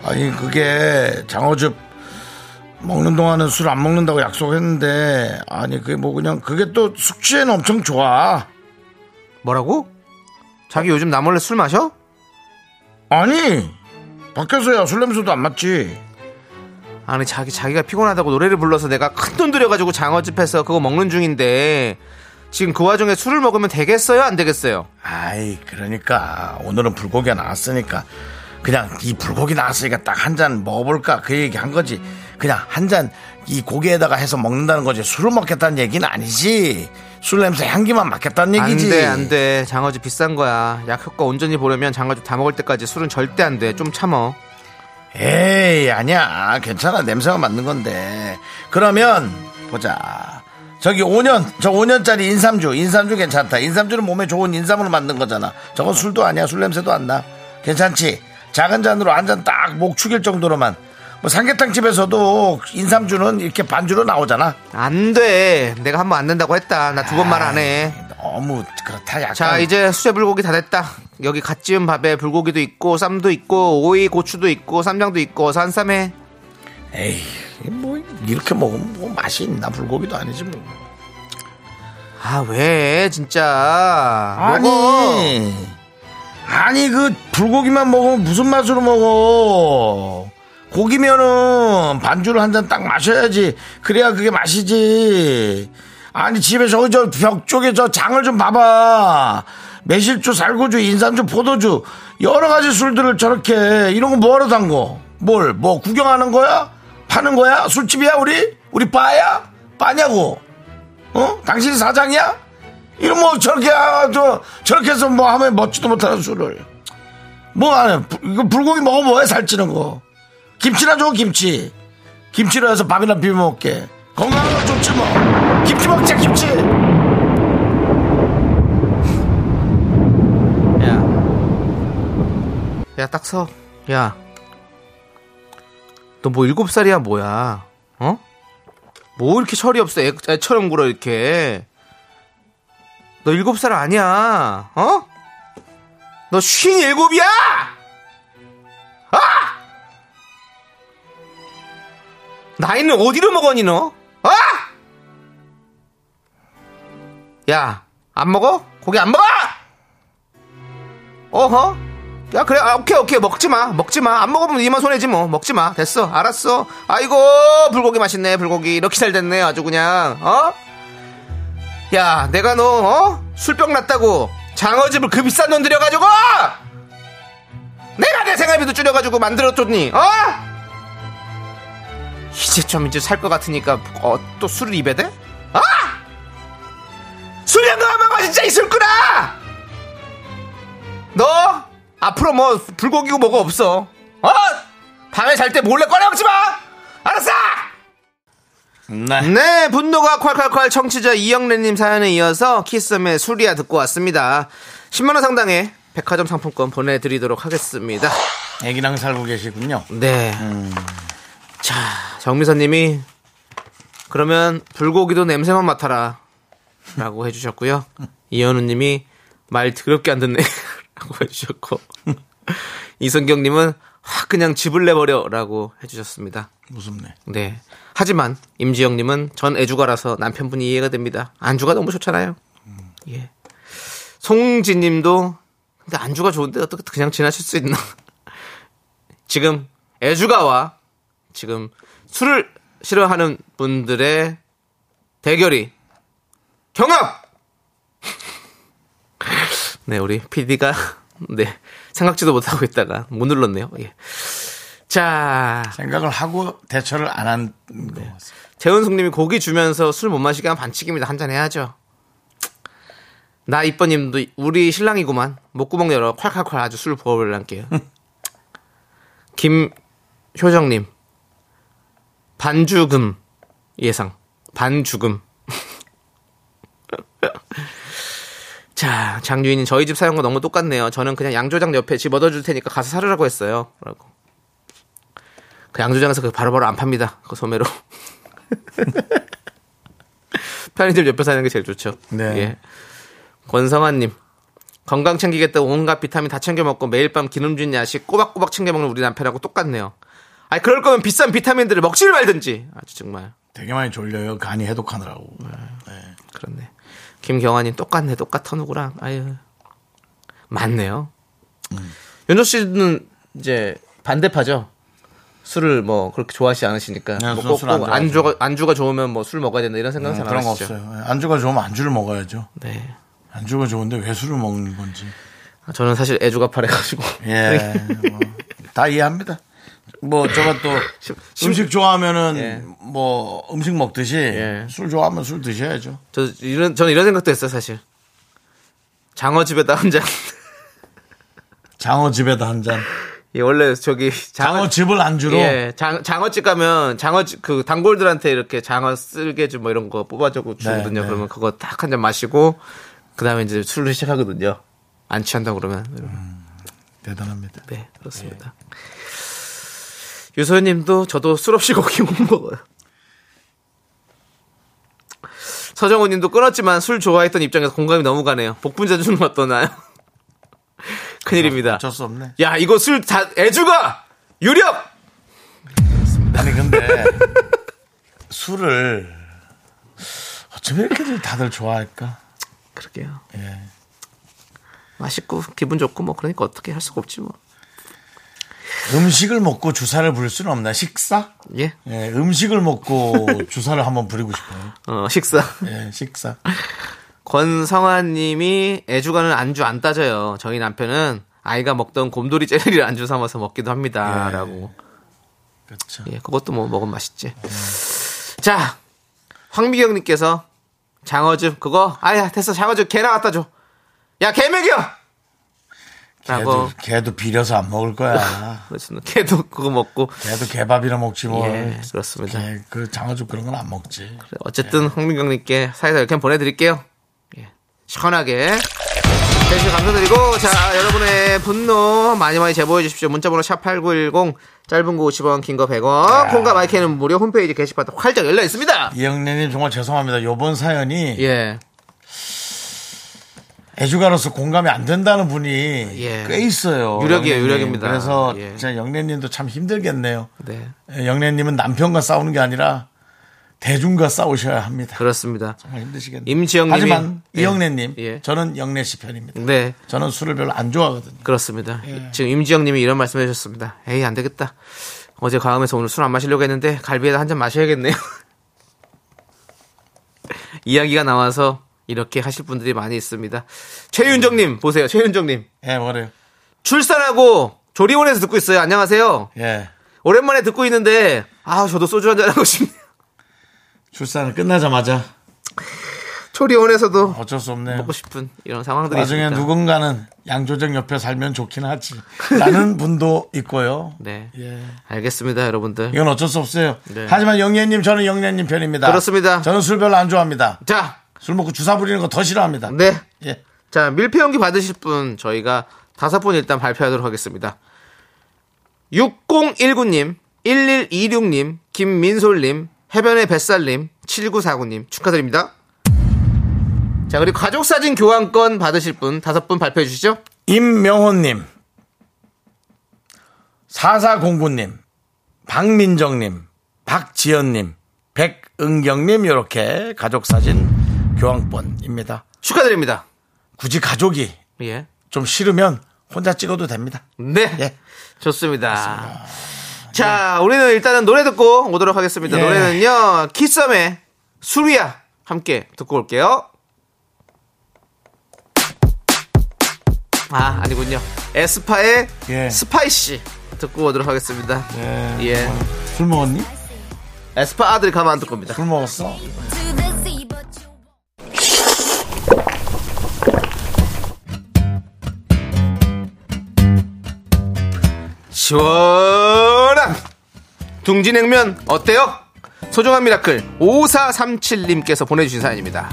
S1: 아니 그게 장어즙 먹는 동안은 술 안 먹는다고 약속했는데 아니 그게 뭐 그냥 그게 또 숙취에는 엄청 좋아.
S2: 뭐라고? 자기 요즘 나 몰래 술 마셔?
S1: 아니 밖에서야 술 냄새도 안 맞지.
S2: 아니 자기 자기가 피곤하다고 노래를 불러서 내가 큰 돈 들여가지고 장어집에서 그거 먹는 중인데 지금 그 와중에 술을 먹으면 되겠어요 안 되겠어요?
S1: 아이 그러니까 오늘은 불고기가 나왔으니까 그냥 이 불고기 나왔으니까 딱 한 잔 먹어볼까 그 얘기 한 거지. 그냥 한 잔 이 고기에다가 해서 먹는다는 거지 술을 먹겠다는 얘기는 아니지. 술 냄새 향기만 맡겠다는 얘기지.
S2: 안돼 안돼 장어집 비싼 거야 약 효과 온전히 보려면 장어집 다 먹을 때까지 술은 절대 안돼 좀 참어
S1: 에이 아니야 괜찮아 냄새가 맞는 건데 그러면 보자 저기 5년 저 5년짜리 인삼주 인삼주 괜찮다 인삼주는 몸에 좋은 인삼으로 만든 거잖아 저건 술도 아니야 술 냄새도 안 나 괜찮지 작은 잔으로 한 잔 딱 목 축일 정도로만 뭐 삼계탕 집에서도 인삼주는 이렇게 반주로 나오잖아
S2: 안돼 내가 한 번 안 된다고 했다 나 두 번만 안해
S1: 너무 그렇다 약간
S2: 자 이제 수제 불고기 다 됐다 여기 갓 지은 밥에 불고기도 있고 쌈도 있고 오이 고추도 있고 쌈장도 있고 어서 한쌈해
S1: 에이 뭐 이렇게 먹으면 뭐 맛이 있나 불고기도 아니지 뭐
S2: 아 왜 진짜 먹어.
S1: 아니 아니 그 불고기만 먹으면 무슨 맛으로 먹어 고기면은 반주를 한 잔 딱 마셔야지 그래야 그게 맛이지 아니 집에 저저 벽 쪽에 저 장을 좀 봐봐 매실주 살구주 인삼주 포도주 여러 가지 술들을 저렇게 이런 거 뭐하러 담궈 뭘 뭐 구경하는 거야 파는 거야? 술집이야 우리? 우리 바야? 바냐고? 어? 당신 사장이야? 이런 뭐 저렇게 아, 저 저렇게 해서 뭐 하면 먹지도 못하는 술을 뭐 안 해? 부- 이거 불고기 먹어 뭐해 살찌는 거 김치나 줘 김치 김치로 해서 밥이나 비벼 먹게 건강한 거 좋지 뭐 김치 먹자 김치
S2: 야. 야, 딱 서. 야. 너 뭐 일곱 살이야, 뭐야. 어? 뭐 이렇게 철이 없어. 애, 애처럼 굴어, 이렇게. 너 일곱 살 아니야. 어? 너 쉰 일곱이야! 아! 나이는 어디로 먹었니, 너? 아! 야, 안 먹어? 고기 안 먹어! 어허? 야 그래 아, 오케이 오케이 먹지마 먹지마 안 먹으면 이만 손해지 뭐 먹지마 됐어 알았어 아이고 불고기 맛있네 불고기 이렇게 잘 됐네 아주 그냥 어? 야 내가 너 어? 술병 났다고 장어집을 그 비싼 돈 들여가지고 내가 내 생활비도 줄여가지고 만들었더니 어? 이제 좀 이제 살 것 같으니까 어, 또 술을 입에 대? 아! 술 연금 하면 진짜 있을구나 너 앞으로 뭐 불고기고 뭐고 없어. 어? 밤에 잘 때 몰래 꺼내 먹지 마. 알았어.
S1: 네
S2: 네, 분노가 콸콸콸 청취자 이영래님 사연에 이어서 키스의 술이야 듣고 왔습니다. 10만 원 상당의 백화점 상품권 보내드리도록 하겠습니다.
S1: 애기랑 살고 계시군요
S2: 네. 자, 정미선님이 그러면 불고기도 냄새만 맡아라라고 해주셨고요. 이현우님이 말 드럽게 안 듣네라고 *laughs* 해주셨고 이성경님은 확 그냥 집을 내버려라고 해주셨습니다.
S1: 무섭네
S2: 네. 하지만 임지영님은 전 애주가라서 남편분이 이해가 됩니다. 안주가 너무 좋잖아요. 예. 송지님도 근데 안주가 좋은데 어떻게 그냥 지나칠 수 있나? *laughs* 지금 애주가와 지금 술을 싫어하는 분들의 대결이 경합. 네, 우리 PD가 *laughs* 네 생각지도 못하고 있다가 못 눌렀네요. 예. 자,
S1: 생각을 하고 대처를 안 한 거. 같습니다.
S2: 재은숙님이 고기 주면서 술 못 마시게 하면 반칙입니다. 한 잔 해야죠. 나 이뻐님도 우리 신랑이구만. 목구멍 열어 콸콸콸 아주 술 부어버릴란게요. 김효정님 반주금 예상 반주금. 자 장유인님 저희 집 사용과 너무 똑같네요. 저는 그냥 양조장 옆에 집 얻어줄 테니까 가서 사르라고 했어요. 라고. 그 양조장에서 그 바로바로 안 팝니다. 그 소매로. *laughs* 편의점 옆에 사는 게 제일 좋죠.
S1: 네.
S2: 예. 권성환님. 건강 챙기겠다고 온갖 비타민 다 챙겨 먹고 매일 밤 기름진 야식 꼬박꼬박 챙겨 먹는 우리 남편하고 똑같네요. 아니, 그럴 거면 비싼 비타민들을 먹지 말든지. 아주 정말.
S1: 되게 많이 졸려요. 간이 해독하느라고.
S2: 네. 그렇네. 김경환님 똑같네, 똑같아 누구랑. 아유. 맞네요.
S1: 음.
S2: 윤조 씨는 이제 반대파죠. 술을 뭐 그렇게 좋아하지 않으시니까
S1: 네,
S2: 뭐
S1: 저는
S2: 꼭-
S1: 술안
S2: 꼭 안주가 안주가 좋으면 뭐 술 먹어야 된다 이런 생각은
S1: 네,
S2: 잘
S1: 그런
S2: 안
S1: 거
S2: 하시죠.
S1: 없어요. 안주가 좋으면 안주를 먹어야죠.
S2: 네.
S1: 안주가 좋은데 왜 술을 먹는 건지.
S2: 저는 사실 애주가 파래가지고
S1: *laughs*
S2: *laughs*
S1: 예.
S2: 네.
S1: 뭐, 다 이해합니다. 뭐, 제가 또 음식 좋아하면은
S2: 예.
S1: 뭐 음식 먹듯이 술 좋아하면 술 드셔야죠.
S2: 저 이런 저는 이런 생각도 했어요 사실. 장어집에다 한 잔.
S1: 장어 집에다 한 잔.
S2: *laughs* 예, 원래 저기 장어,
S1: 장어 집을 안주로.
S2: 예, 장, 장어집 가면 장어 그 단골들한테 이렇게 장어 쓸개주 뭐 이런 거 뽑아주고 주거든요.
S1: 네.
S2: 그러면 그거 딱 한 잔 마시고 그다음에 이제 술을 시작하거든요. 안 취한다 고 그러면
S1: 음, 대단합니다.
S2: 네 그렇습니다.
S1: 예.
S2: 유소연님도 저도 술 없이 고기 못 먹어요. 서정호님도 끊었지만 술 좋아했던 입장에서 공감이 너무 가네요. 복분자 주는 거 어떠나요? *laughs* 큰일입니다.
S1: 어쩔 수 없네.
S2: 야 이거 술 다 애주가 유력
S1: 아니,
S2: *laughs*
S1: 근데 술을 어쩜 이렇게 다들 좋아할까?
S2: 그러게요. 맛있고 기분 좋고 뭐 그러니까 어떻게 할 수가 없지 뭐.
S1: 음식을 먹고 주사를 부릴 수는 없나? 식사?
S2: 예.
S1: 예, 음식을
S2: *laughs*
S1: 먹고 주사를 한번 부리고 싶어요.
S2: 어, 식사. *laughs*
S1: 예, 식사.
S2: 권성환님이 애주가는 안주 안 따져요. 저희 남편은 아이가 먹던 곰돌이 젤리를 안주 삼아서 먹기도 합니다.라고.
S1: 그렇죠.
S2: 예, 그것도 뭐 먹으면 맛있지. 자, 황미경님께서 장어즙 그거 아야 됐어 장어즙 개나 갖다 줘. 야 개맥이야. 라고
S1: 걔도, 걔도 비려서 안 먹을 거야.
S2: 그렇습니다. 개도 그거 먹고
S1: 걔도 개밥이라 먹지 뭐.
S2: 예, 그렇습니다.
S1: 걔, 그 장어죽 그런 건 안 먹지.
S2: 어쨌든 황민경님께 사이다 이렇게 보내드릴게요. 예, 시원하게. 대신 감사드리고 자 여러분의 분노 많이 많이 제보해 주십시오. 문자번호 샵 #8910 짧은 거 50원, 긴 거 100원. 콩과 마이크는 무료 홈페이지 게시판 활짝 열려 있습니다.
S1: 이영래님 정말 죄송합니다. 요번 사연이
S2: 예,
S1: 애주가로서 공감이 안 된다는 분이
S2: 예.
S1: 꽤 있어요.
S2: 유력이에요,
S1: 영래님.
S2: 유력입니다.
S1: 그래서
S2: 예.
S1: 진짜 영래님도 참 힘들겠네요.
S2: 네
S1: 예, 영래님은 남편과 싸우는 게 아니라 대중과 싸우셔야 합니다.
S2: 그렇습니다.
S1: 정말 힘드시겠네요.
S2: 임지영님이-
S1: 하지만
S2: 예.
S1: 이영래님,
S2: 예.
S1: 저는 영래 씨 편입니다.
S2: 네
S1: 저는 술을 별로 안 좋아하거든요.
S2: 그렇습니다. 지금 임지영님이 이런 말씀해 주셨습니다. 에이 안 되겠다. 어제 과음에서 오늘 술 안 마시려고 했는데 갈비에다 한 잔 마셔야겠네요. *laughs* 이야기가 나와서 이렇게 하실 분들이 많이 있습니다. 최윤정님 보세요. 최윤정님
S1: 예, 뭐래요?
S2: 출산하고 조리원에서 듣고 있어요. 안녕하세요.
S1: 예.
S2: 오랜만에 듣고 있는데 아 저도 소주 한 잔 하고 싶네요.
S1: 출산을 끝나자마자
S2: 조리원에서도
S1: 어쩔 수 없네요.
S2: 먹고 싶은 이런 상황들이
S1: 나중에
S2: 있습니다.
S1: 누군가는 양조정 옆에 살면 좋긴 하지.
S2: *laughs*
S1: 라는 분도 있고요.
S2: 네
S1: 예.
S2: 알겠습니다, 여러분들.
S1: 이건 어쩔 수 없어요.
S2: 네.
S1: 하지만 영예님 저는 영예님 편입니다.
S2: 그렇습니다.
S1: 저는 술 별로 안 좋아합니다.
S2: 자,
S1: 술 먹고 주사 부리는 거 더 싫어합니다.
S2: 네
S1: 예.
S2: 자, 밀폐용기 받으실 분 저희가 다섯 분 일단 발표하도록 하겠습니다. 6019님, 1126님, 김민솔님, 해변의 뱃살님, 7949님 축하드립니다. 자, 그리고 가족사진 교환권 받으실 분 다섯 분 발표해 주시죠.
S1: 임명호님, 사사공구님, 박민정님, 박지연님, 백은경님 이렇게 가족 사진 교환권입니다.
S2: 축하드립니다.
S1: 굳이 가족이
S2: 예.
S1: 좀 싫으면 혼자 찍어도 됩니다.
S2: 네.
S1: 예.
S2: 좋습니다. 자, 우리는 일단은 노래 듣고 오도록 하겠습니다.
S1: 예.
S2: 노래는요, 키썸의 수리야 함께 듣고 올게요. 아, 아니군요. 에스파의
S1: 예.
S2: 스파이시 듣고 오도록 하겠습니다.
S1: 예.
S2: 예.
S1: 술 먹었니?
S2: 에스파 아들이 가만 안 듣고 옵니다.
S1: 술 먹었어?
S4: to the sea, but you
S2: 시원한 둥지냉면 어때요? 소중한 미라클 5437님께서 보내주신 사연입니다.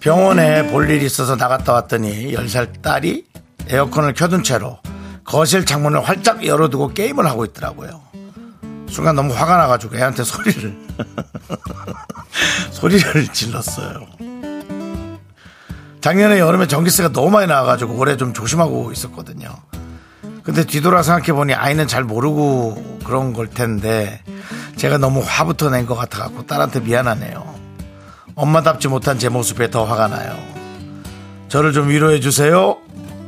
S1: 병원에 볼 일이 있어서 나갔다 왔더니 10살 딸이 에어컨을 켜둔 채로 거실 창문을 활짝 열어두고 게임을 하고 있더라고요. 순간 너무 화가 나가지고 애한테 소리를 *laughs* 소리를 질렀어요. 작년에 여름에 전기세가 너무 많이 나와가지고 올해 좀 조심하고 있었거든요. 근데 뒤돌아 생각해보니 아이는 잘 모르고 그런 걸 텐데 제가 너무 화부터 낸 것 같아갖고 딸한테 미안하네요. 엄마답지 못한 제 모습에 더 화가 나요. 저를 좀 위로해 주세요.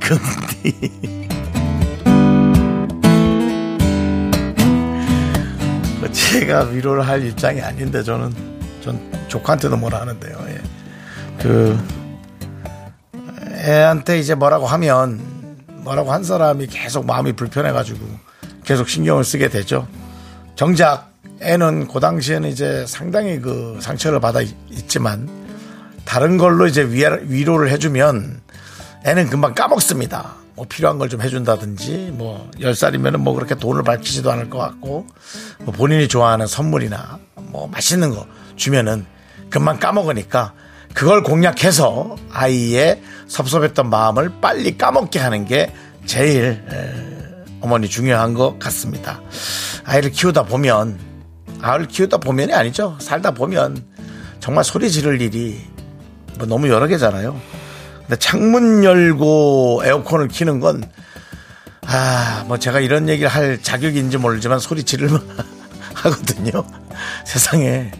S1: 근데 뭐 제가 위로를 할 입장이 아닌데 저는 전 조카한테도 뭐라 하는데요. 예. 그 애한테 이제 뭐라고 하면 뭐라고 한 사람이 계속 마음이 불편해가지고 계속 신경을 쓰게 되죠. 정작 애는 그 당시에는 이제 상당히 그 상처를 받아 있- 있지만 다른 걸로 이제 위아- 위로를 해주면 애는 금방 까먹습니다. 뭐 필요한 걸 좀 해준다든지 뭐 10살이면 뭐 그렇게 돈을 밝히지도 않을 것 같고 뭐 본인이 좋아하는 선물이나 뭐 맛있는 거 주면은 금방 까먹으니까 그걸 공략해서 아이의 섭섭했던 마음을 빨리 까먹게 하는 게 제일 어머니 중요한 것 같습니다. 아이를 키우다 보면, 아이를 키우다 보면이 아니죠. 살다 보면 정말 소리 지를 일이 뭐 너무 여러 개잖아요. 근데 창문 열고 에어컨을 키는 건, 아, 뭐 제가 이런 얘기를 할 자격인지 모르지만 *laughs* 소리 지를 하거든요. 세상에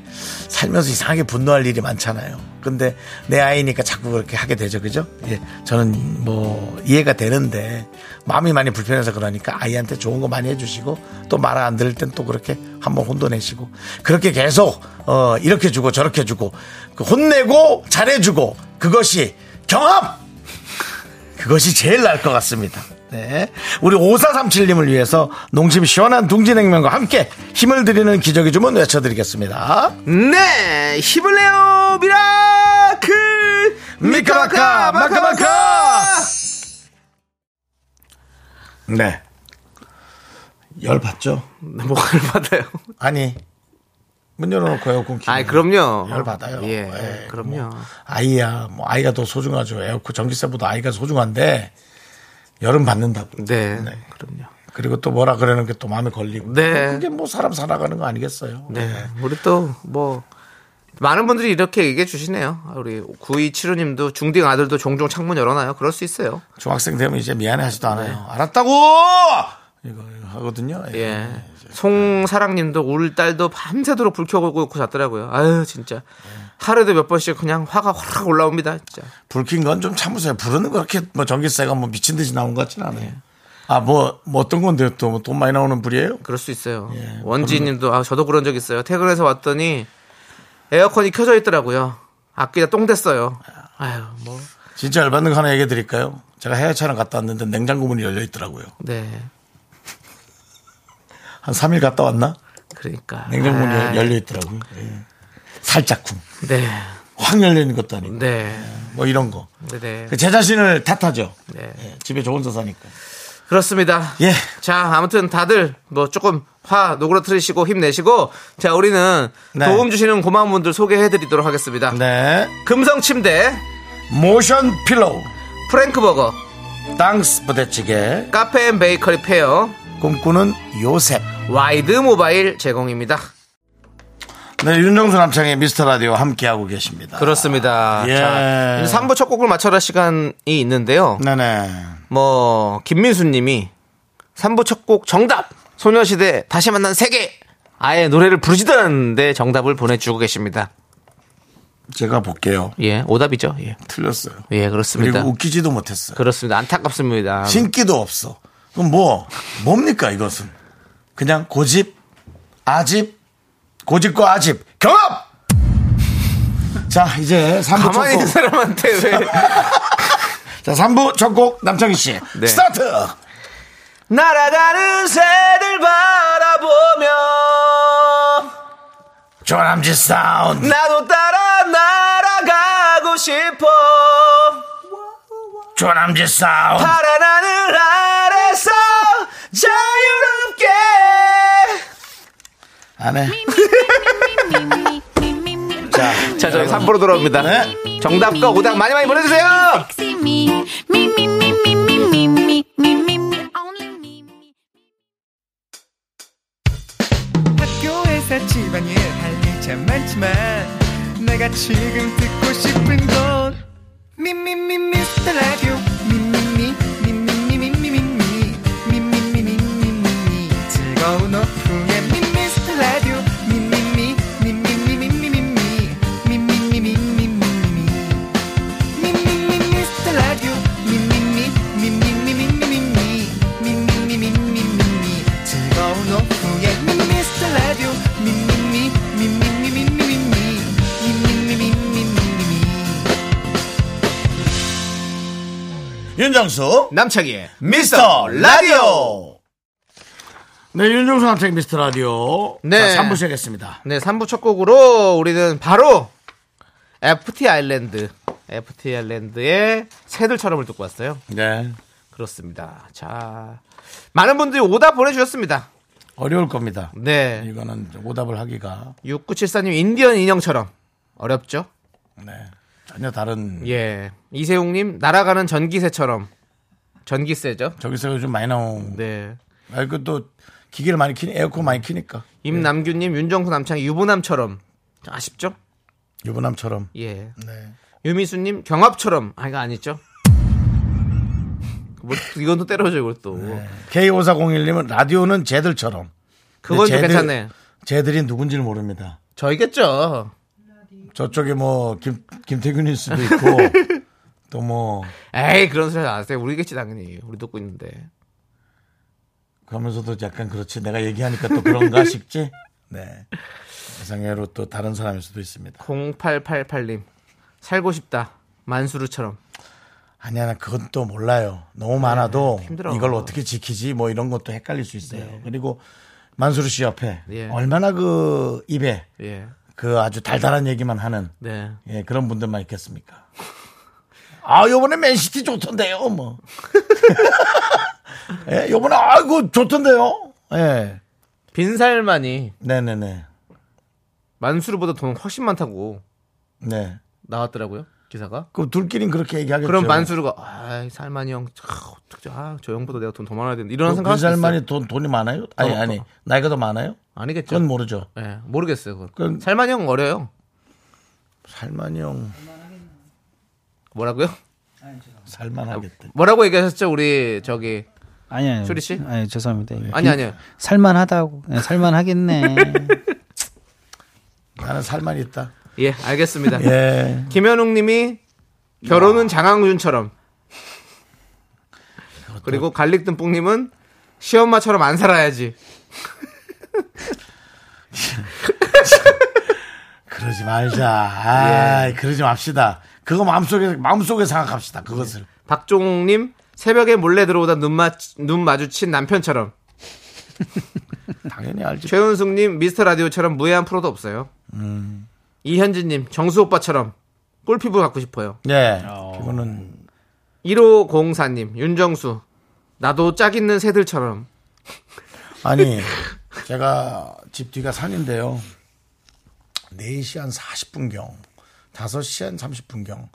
S1: 살면서 이상하게 분노할 일이 많잖아요. 근데 내 아이니까 자꾸 그렇게 하게 되죠. 그죠? 예. 저는 뭐 이해가 되는데 마음이 많이 불편해서 그러니까 아이한테 좋은 거 많이 해주시고 또 말 안 들을 땐 또 그렇게 한번 혼도내시고 그렇게 계속 어, 이렇게 주고 저렇게 주고 그 혼내고 잘해주고 그것이 경합! 그것이 제일 나을 것 같습니다. 네. 우리 5437님을 위해서 농심 시원한 둥지냉면과 함께 힘을 드리는 기적의 주문 외쳐드리겠습니다.
S2: 네, 힘을 내요 미라클
S1: 미카마카, 마카마카! 네. 열 받죠?
S2: 뭐를 받아요?
S1: 아니. 문 열어놓고 에어컨 키면
S2: 아, 그럼요.
S1: 열 받아요.
S2: 예, 그럼요.
S1: 뭐 아이야, 뭐 아이가 더 소중하죠. 에어컨 전기세보다 아이가 소중한데 열은 받는다고.
S2: 네, 그럼요.
S1: 그리고 또 뭐라 그러는 게 또 마음에 걸리고.
S2: 네.
S1: 그게 뭐 사람 살아가는 거 아니겠어요.
S2: 네, 우리 또 뭐 많은 분들이 이렇게 얘기해 주시네요. 우리 9275님도 중딩 아들도 종종 창문 열어놔요. 그럴 수 있어요.
S1: 중학생 되면 이제 미안해
S2: 네.
S1: 하지도 않아요. 알았다고! 이거 하거든요. 예.
S2: 예. 송사랑님도 울 딸도 밤새도록 불 켜고 잤더라고요. 아유 진짜
S1: 네.
S2: 하루에도 몇 번씩 그냥 화가 확 올라옵니다. 진짜.
S1: 불킨 건 좀 참으세요. 부르는 거 그렇게 뭐 전기세가 뭐 미친 듯이 나온 것 같지는
S2: 네.
S1: 않아요. 아, 뭐, 뭐 어떤 건데요? 또 돈 많이 나오는 불이에요?
S2: 그럴 수 있어요.
S1: 예,
S2: 원지님도 아 저도 그런 적 있어요. 퇴근해서 왔더니 에어컨이 켜져 있더라고요. 아끼다 똥 됐어요. 아유 뭐
S1: 진짜 열받는 거 하나 얘기해 드릴까요? 제가 해외차랑 갔다 왔는데 냉장고 문이 열려 있더라고요.
S2: 네.
S1: 한 3일 갔다 왔나?
S2: 그러니까.
S1: 냉장고 문이
S2: 아,
S1: 열려 있더라고요. 예. 살짝쿵.
S2: 네.
S1: 확 열려 있는 것도 아니고.
S2: 네.
S1: 뭐 이런 거.
S2: 네. 네.
S1: 그 제 자신을 탓하죠.
S2: 네.
S1: 예, 집에 저 혼자 사니까.
S2: 그렇습니다.
S1: 예.
S2: 자, 아무튼 다들 뭐 조금 화 노그러뜨리시고 힘내시고 자, 우리는
S1: 네.
S2: 도움 주시는 고마운 분들 소개해 드리도록 하겠습니다.
S1: 네.
S2: 금성 침대,
S1: 모션 필로우.
S2: 프랭크 버거,
S1: 땅스 부대찌개.
S2: 카페 앤 베이커리 페어,
S1: 꿈꾸는 요셉.
S2: 와이드 모바일 제공입니다.
S1: 네, 윤정수 남창의 미스터 라디오 함께하고 계십니다.
S2: 그렇습니다.
S1: 예.
S2: 자, 3부 첫 곡을 맞춰라 시간이 있는데요.
S1: 네네.
S2: 뭐 김민수 님이 3부 첫 곡 정답 소녀시대 다시 만난 세계 아예 노래를 부르지도 않았는데 정답을 보내주고 계십니다.
S1: 제가 볼게요.
S2: 예, 오답이죠. 예,
S1: 틀렸어요.
S2: 예
S1: 그리고
S2: 그렇습니다.
S1: 웃기지도 못했어요.
S2: 그렇습니다. 안타깝습니다.
S1: 신기도 없어. 그럼 뭐, 뭡니까 이것은? 그냥 고집, 아집, 고집과 아집, 경합! *laughs* 자, 이제 3부 첫
S2: 가만히 있는
S1: 곡.
S2: 사람한테 왜
S1: 자, 3부 첫 곡 남창희 씨.
S2: 네.
S1: 스타트!
S2: 날아가는 새들 바라보며
S1: 조남지 사운드.
S2: 나도 따라 날아가고 싶어
S1: 조남지 사운드.
S2: 파란 하늘 아래서 자유롭게
S1: 안 해.
S2: 자, 저희 3부로 돌아옵니다.
S1: 네.
S2: 정답과 오답 많이 많이 보내주세요.
S5: 학교에서 집안일 할 일 참 많지만 내가 지금 듣고 싶은 건 미미미 미스터 라디오 미미미 미미미 미미미 미미미 미미미 미미미 즐거운 오후에 미스터 라디오 미미미 미미미 미미미 미미미 미미미 미미미
S1: 윤정수.
S2: 남창희의
S1: 미스터 라디오. 네, 윤종수 남창 미스터 라디오.
S2: 네.
S1: 자, 3부 시작했습니다.
S2: 네, 3부 첫 곡으로 우리는 바로 FT 아일랜드. FT 아일랜드의 새들처럼을 듣고 왔어요.
S1: 네.
S2: 그렇습니다. 자, 많은 분들이 오답 보내주셨습니다.
S1: 어려울 겁니다.
S2: 네.
S1: 이거는 오답을 하기가
S2: 6974님, 인디언 인형처럼. 어렵죠?
S1: 네. 전혀 다른
S2: 예. 이세웅님, 날아가는 전기새처럼. 전기새죠?
S1: 저기서 요즘 많이 나온
S2: 네.
S1: 아, 그또 기계를 많이 키니 에어컨 많이 키니까
S2: 예. 임남규님, 윤정수 남창 유부남처럼. 아쉽죠?
S1: 유부남처럼
S2: 예.
S1: 네.
S2: 유미수님 경합처럼 아 이거 아니죠? 뭐 이건 또 때려줘 이걸 또
S1: 네. K5401님은 라디오는 쟤들처럼
S2: 그건 좀
S1: 쟤들-
S2: 괜찮네.
S1: 쟤들이 누군지를 모릅니다.
S2: 저이겠죠.
S1: 저쪽에 뭐 김, 김태균일 수도
S2: *laughs*
S1: 있고 또 뭐
S2: 에이 그런 소리 안 하세요. 우리겠지 당연히 우리 듣고 있는데.
S1: 그러면서도 약간 그렇지 내가 얘기하니까 또
S2: *laughs*
S1: 그런가 싶지 네 이상해로 또 다른 사람일 수도 있습니다.
S2: 0888님 살고 싶다 만수르처럼.
S1: 아니야, 나 그건 또 몰라요. 너무 많아도
S2: 네, 힘들어.
S1: 이걸 어떻게 지키지 뭐 이런 것도 헷갈릴 수 있어요. 그리고 만수르 씨 옆에
S2: 네. 예.
S1: 얼마나 그 입에
S2: 예.
S1: 그 아주 달달한 얘기만 하는
S2: 네.
S1: 예, 그런 분들만
S2: *laughs*
S1: 있겠습니까? 아, 요번에 맨시티 좋던데요, 뭐. *laughs* 예, 요번에 아이고 좋던데요. 예.
S2: 빈살만이
S1: 네네네.
S2: 만수르보다 돈 훨씬 많다고
S1: 네.
S2: 나왔더라고요. 기사가.
S1: 그럼 둘끼린 그렇게 얘기하겠죠.
S2: 그럼 만수르가 아, 살만이 형, 아, 어떡하지? 아, 저 형보다 내가 돈 더 많아야 되는데 이런 생각할 수 있어요.
S1: 뭐, 그 살만이 돈 돈이 많아요? 아니
S2: 어,
S1: 아니
S2: 어.
S1: 나이가 더 많아요?
S2: 아니겠죠.
S1: 그건 모르죠.
S2: 예, 모르겠어요. 그건.
S1: 그건-
S2: 살만이 형 어려요.
S1: 살만이 형
S2: 뭐라고요?
S1: 살만하겠대.
S2: 뭐라고 얘기하셨죠? 우리 저기
S3: 아니 아니.
S2: 쇼리 씨?
S3: 아니 죄송합니다.
S2: 아니 아니요.
S3: 살만하다고. 네, *laughs* 살만하겠네.
S1: 아, 나는 살만 있다.
S2: 예, 알겠습니다.
S1: 예.
S2: 김현웅님이 결혼은 장항준처럼 그리고 갈릭듬뽕님은 시엄마처럼 안 살아야지.
S1: 그러지 말자. 아, 그러지 맙시다. 그거 마음속에 마음속에 생각합시다. 그것을.
S2: 박종욱님 새벽에 몰래 들어오다 눈, 마, 눈 마주친 남편처럼.
S1: 예. 당연히 알지.
S2: 최은숙님 미스터 라디오처럼 무해한 프로도 없어요. 이현진님 정수 오빠처럼 꿀피부 갖고 싶어요.
S1: 예. 그거는
S2: 1504님 윤정수 나도 짝 있는 새들처럼.
S1: 아니 제가 집 뒤가 산인데요. 4시 한 40분경, 5시 한 30분경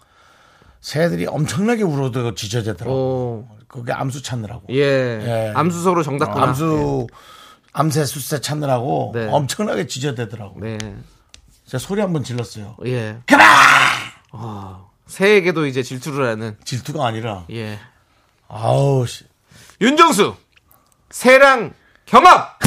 S1: 새들이 엄청나게 울어도 지저대더라고.
S2: 오
S1: 그게 암수 찾느라고.
S2: 예.
S1: 예.
S2: 암수서로 정답구나.
S1: 암수 암새 숫새 찾느라고
S2: 아, 네.
S1: 엄청나게 지저대더라고.
S2: 네.
S1: 제가 소리 한번 질렀어요.
S2: 예.
S1: 그래!
S2: 새에게도 이제 질투를 하는
S1: 질투가 아니라
S2: 예.
S1: 아우 씨.
S2: 윤정수 새랑 경합.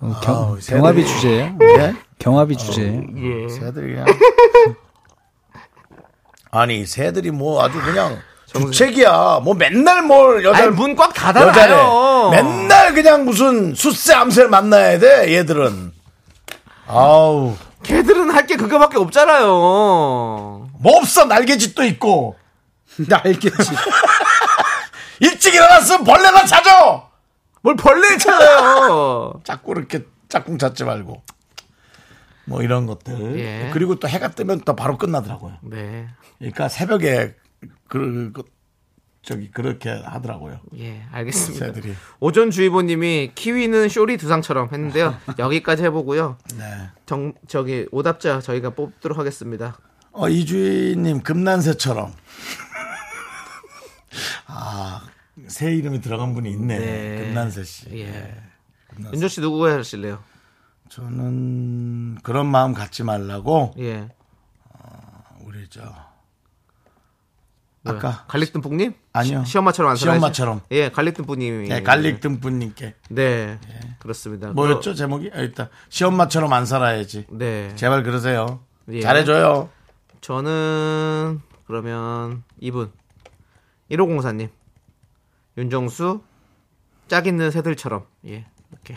S3: 어, 경,
S1: 아우, 새들이-
S3: 경합이 주제예요.
S1: 예?
S3: 경합이 주제예요.
S1: 새들이 그냥 *laughs* 아니 새들이 뭐 아주 그냥 주책이야. 뭐 맨날 뭘 여자
S2: 아니 뭐 문꽉
S1: 여자래.
S2: 닫아놔요.
S1: 맨날 그냥 무슨 숫새 암새를 만나야 돼 얘들은. 아우
S2: 걔들은 할 게 그거밖에 없잖아요.
S1: 뭐 없어 날개짓도 있고 날개짓. *laughs* 일찍 일어났으면 벌레나 찾아.
S2: 뭘 벌레 찾아요.
S1: 자꾸 이렇게 짝꿍 찾지 말고 뭐 이런 것들
S2: 예.
S1: 그리고 또 해가 뜨면 또 바로 끝나더라고요.
S2: 네.
S1: 그러니까 새벽에 그, 그 저기 그렇게 하더라고요.
S2: 예, 알겠습니다.
S1: 새들이.
S2: 오전 주의보님이 키위는 쇼리 두상처럼 했는데요. 여기까지 해보고요.
S1: 네.
S2: 정 저기 오답자 저희가 뽑도록 하겠습니다.
S1: 어 이주희님 금난새처럼. *laughs* 아 새 이름이 들어간 분이 있네.
S2: 네.
S1: 금난새 씨.
S2: 예. 윤종 씨 누구 하실래요?
S1: 저는 그런 마음 갖지 말라고
S2: 예.
S1: 우리 저
S2: 뭐야?
S1: 아까
S2: 갈릭등풍님?
S1: 아니요.
S2: 시, 시엄마처럼 안 살아야지.
S1: 시엄마처럼.
S2: 예, 갈릭등풍님이.
S1: 네, 갈릭 듬분님께
S2: 네, 그렇습니다.
S1: 뭐였죠 제목이? 아, 일단 시엄마처럼 안 살아야지.
S2: 그럼- 어. 네.
S1: 제발 그러세요.
S2: 예.
S1: 잘해줘요.
S2: 저는 그러면 이분 1504님 윤정수 짝 있는 새들처럼 예 이렇게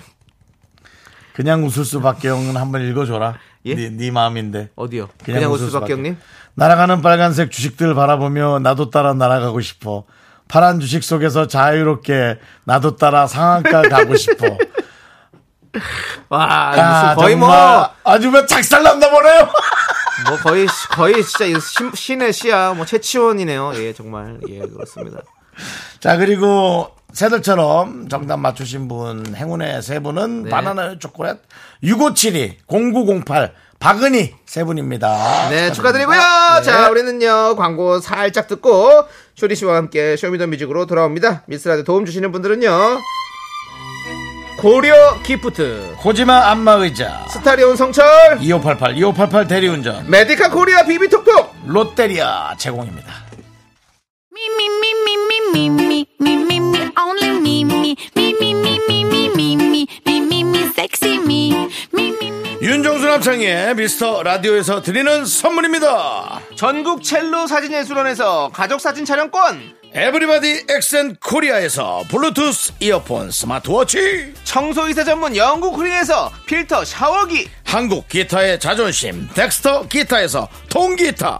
S1: 그냥 웃을 수밖에 형은 한번 읽어줘라.
S2: 예?
S1: 네, 네 마음인데.
S2: 어디요? 그냥,
S1: 그냥 웃을 수밖에.
S2: 우수밖에 형님
S1: 날아가는 빨간색 주식들 바라보며 나도 따라 날아가고 싶어. 파란 주식 속에서 자유롭게 나도 따라 상한가 가고
S2: *laughs*
S1: 싶어.
S2: 와
S1: 아,
S2: 무슨 거의 뭐,
S1: 정말 아주 뭐 작살난다 보네요.
S2: 뭐 거의 거의 진짜 이 신- 신의 시야 뭐 최치원이네요 예 정말 예 그렇습니다
S1: 자, 그리고 새들처럼 정답 맞추신 분, 행운의 세 분은
S2: 네.
S1: 바나나 초콜릿 6572, 0908, 박은희 세 분입니다.
S2: 네 축하드리고요 자 우리는요 광고 살짝 듣고 쇼리 씨와 함께 쇼미더뮤직으로 돌아옵니다 미스라드 도움 주시는 분들은요 고려 기프트
S1: 코지마 안마의자,
S2: 스타리온 성철
S1: 2588, 2588 대리운전,
S2: 메디카 코리아 비비톡톡
S1: 롯데리아 제공입니다.
S4: Me, me, me, me, me, me, me, me, me, me, only me, me, me, me, me, me, me, me, me, me, me, me, sexy me, me, me, me.
S1: 윤종수 남창의 미스터 라디오에서 드리는 선물입니다.
S2: 전국 첼로 사진예술원에서 가족사진 촬영권
S1: 에브리바디 엑센 코리아에서 블루투스 이어폰 스마트워치,
S2: 청소이사 전문 영국 크린에서 필터 샤워기
S1: 한국 기타의 자존심, 덱스터 기타에서 통기타,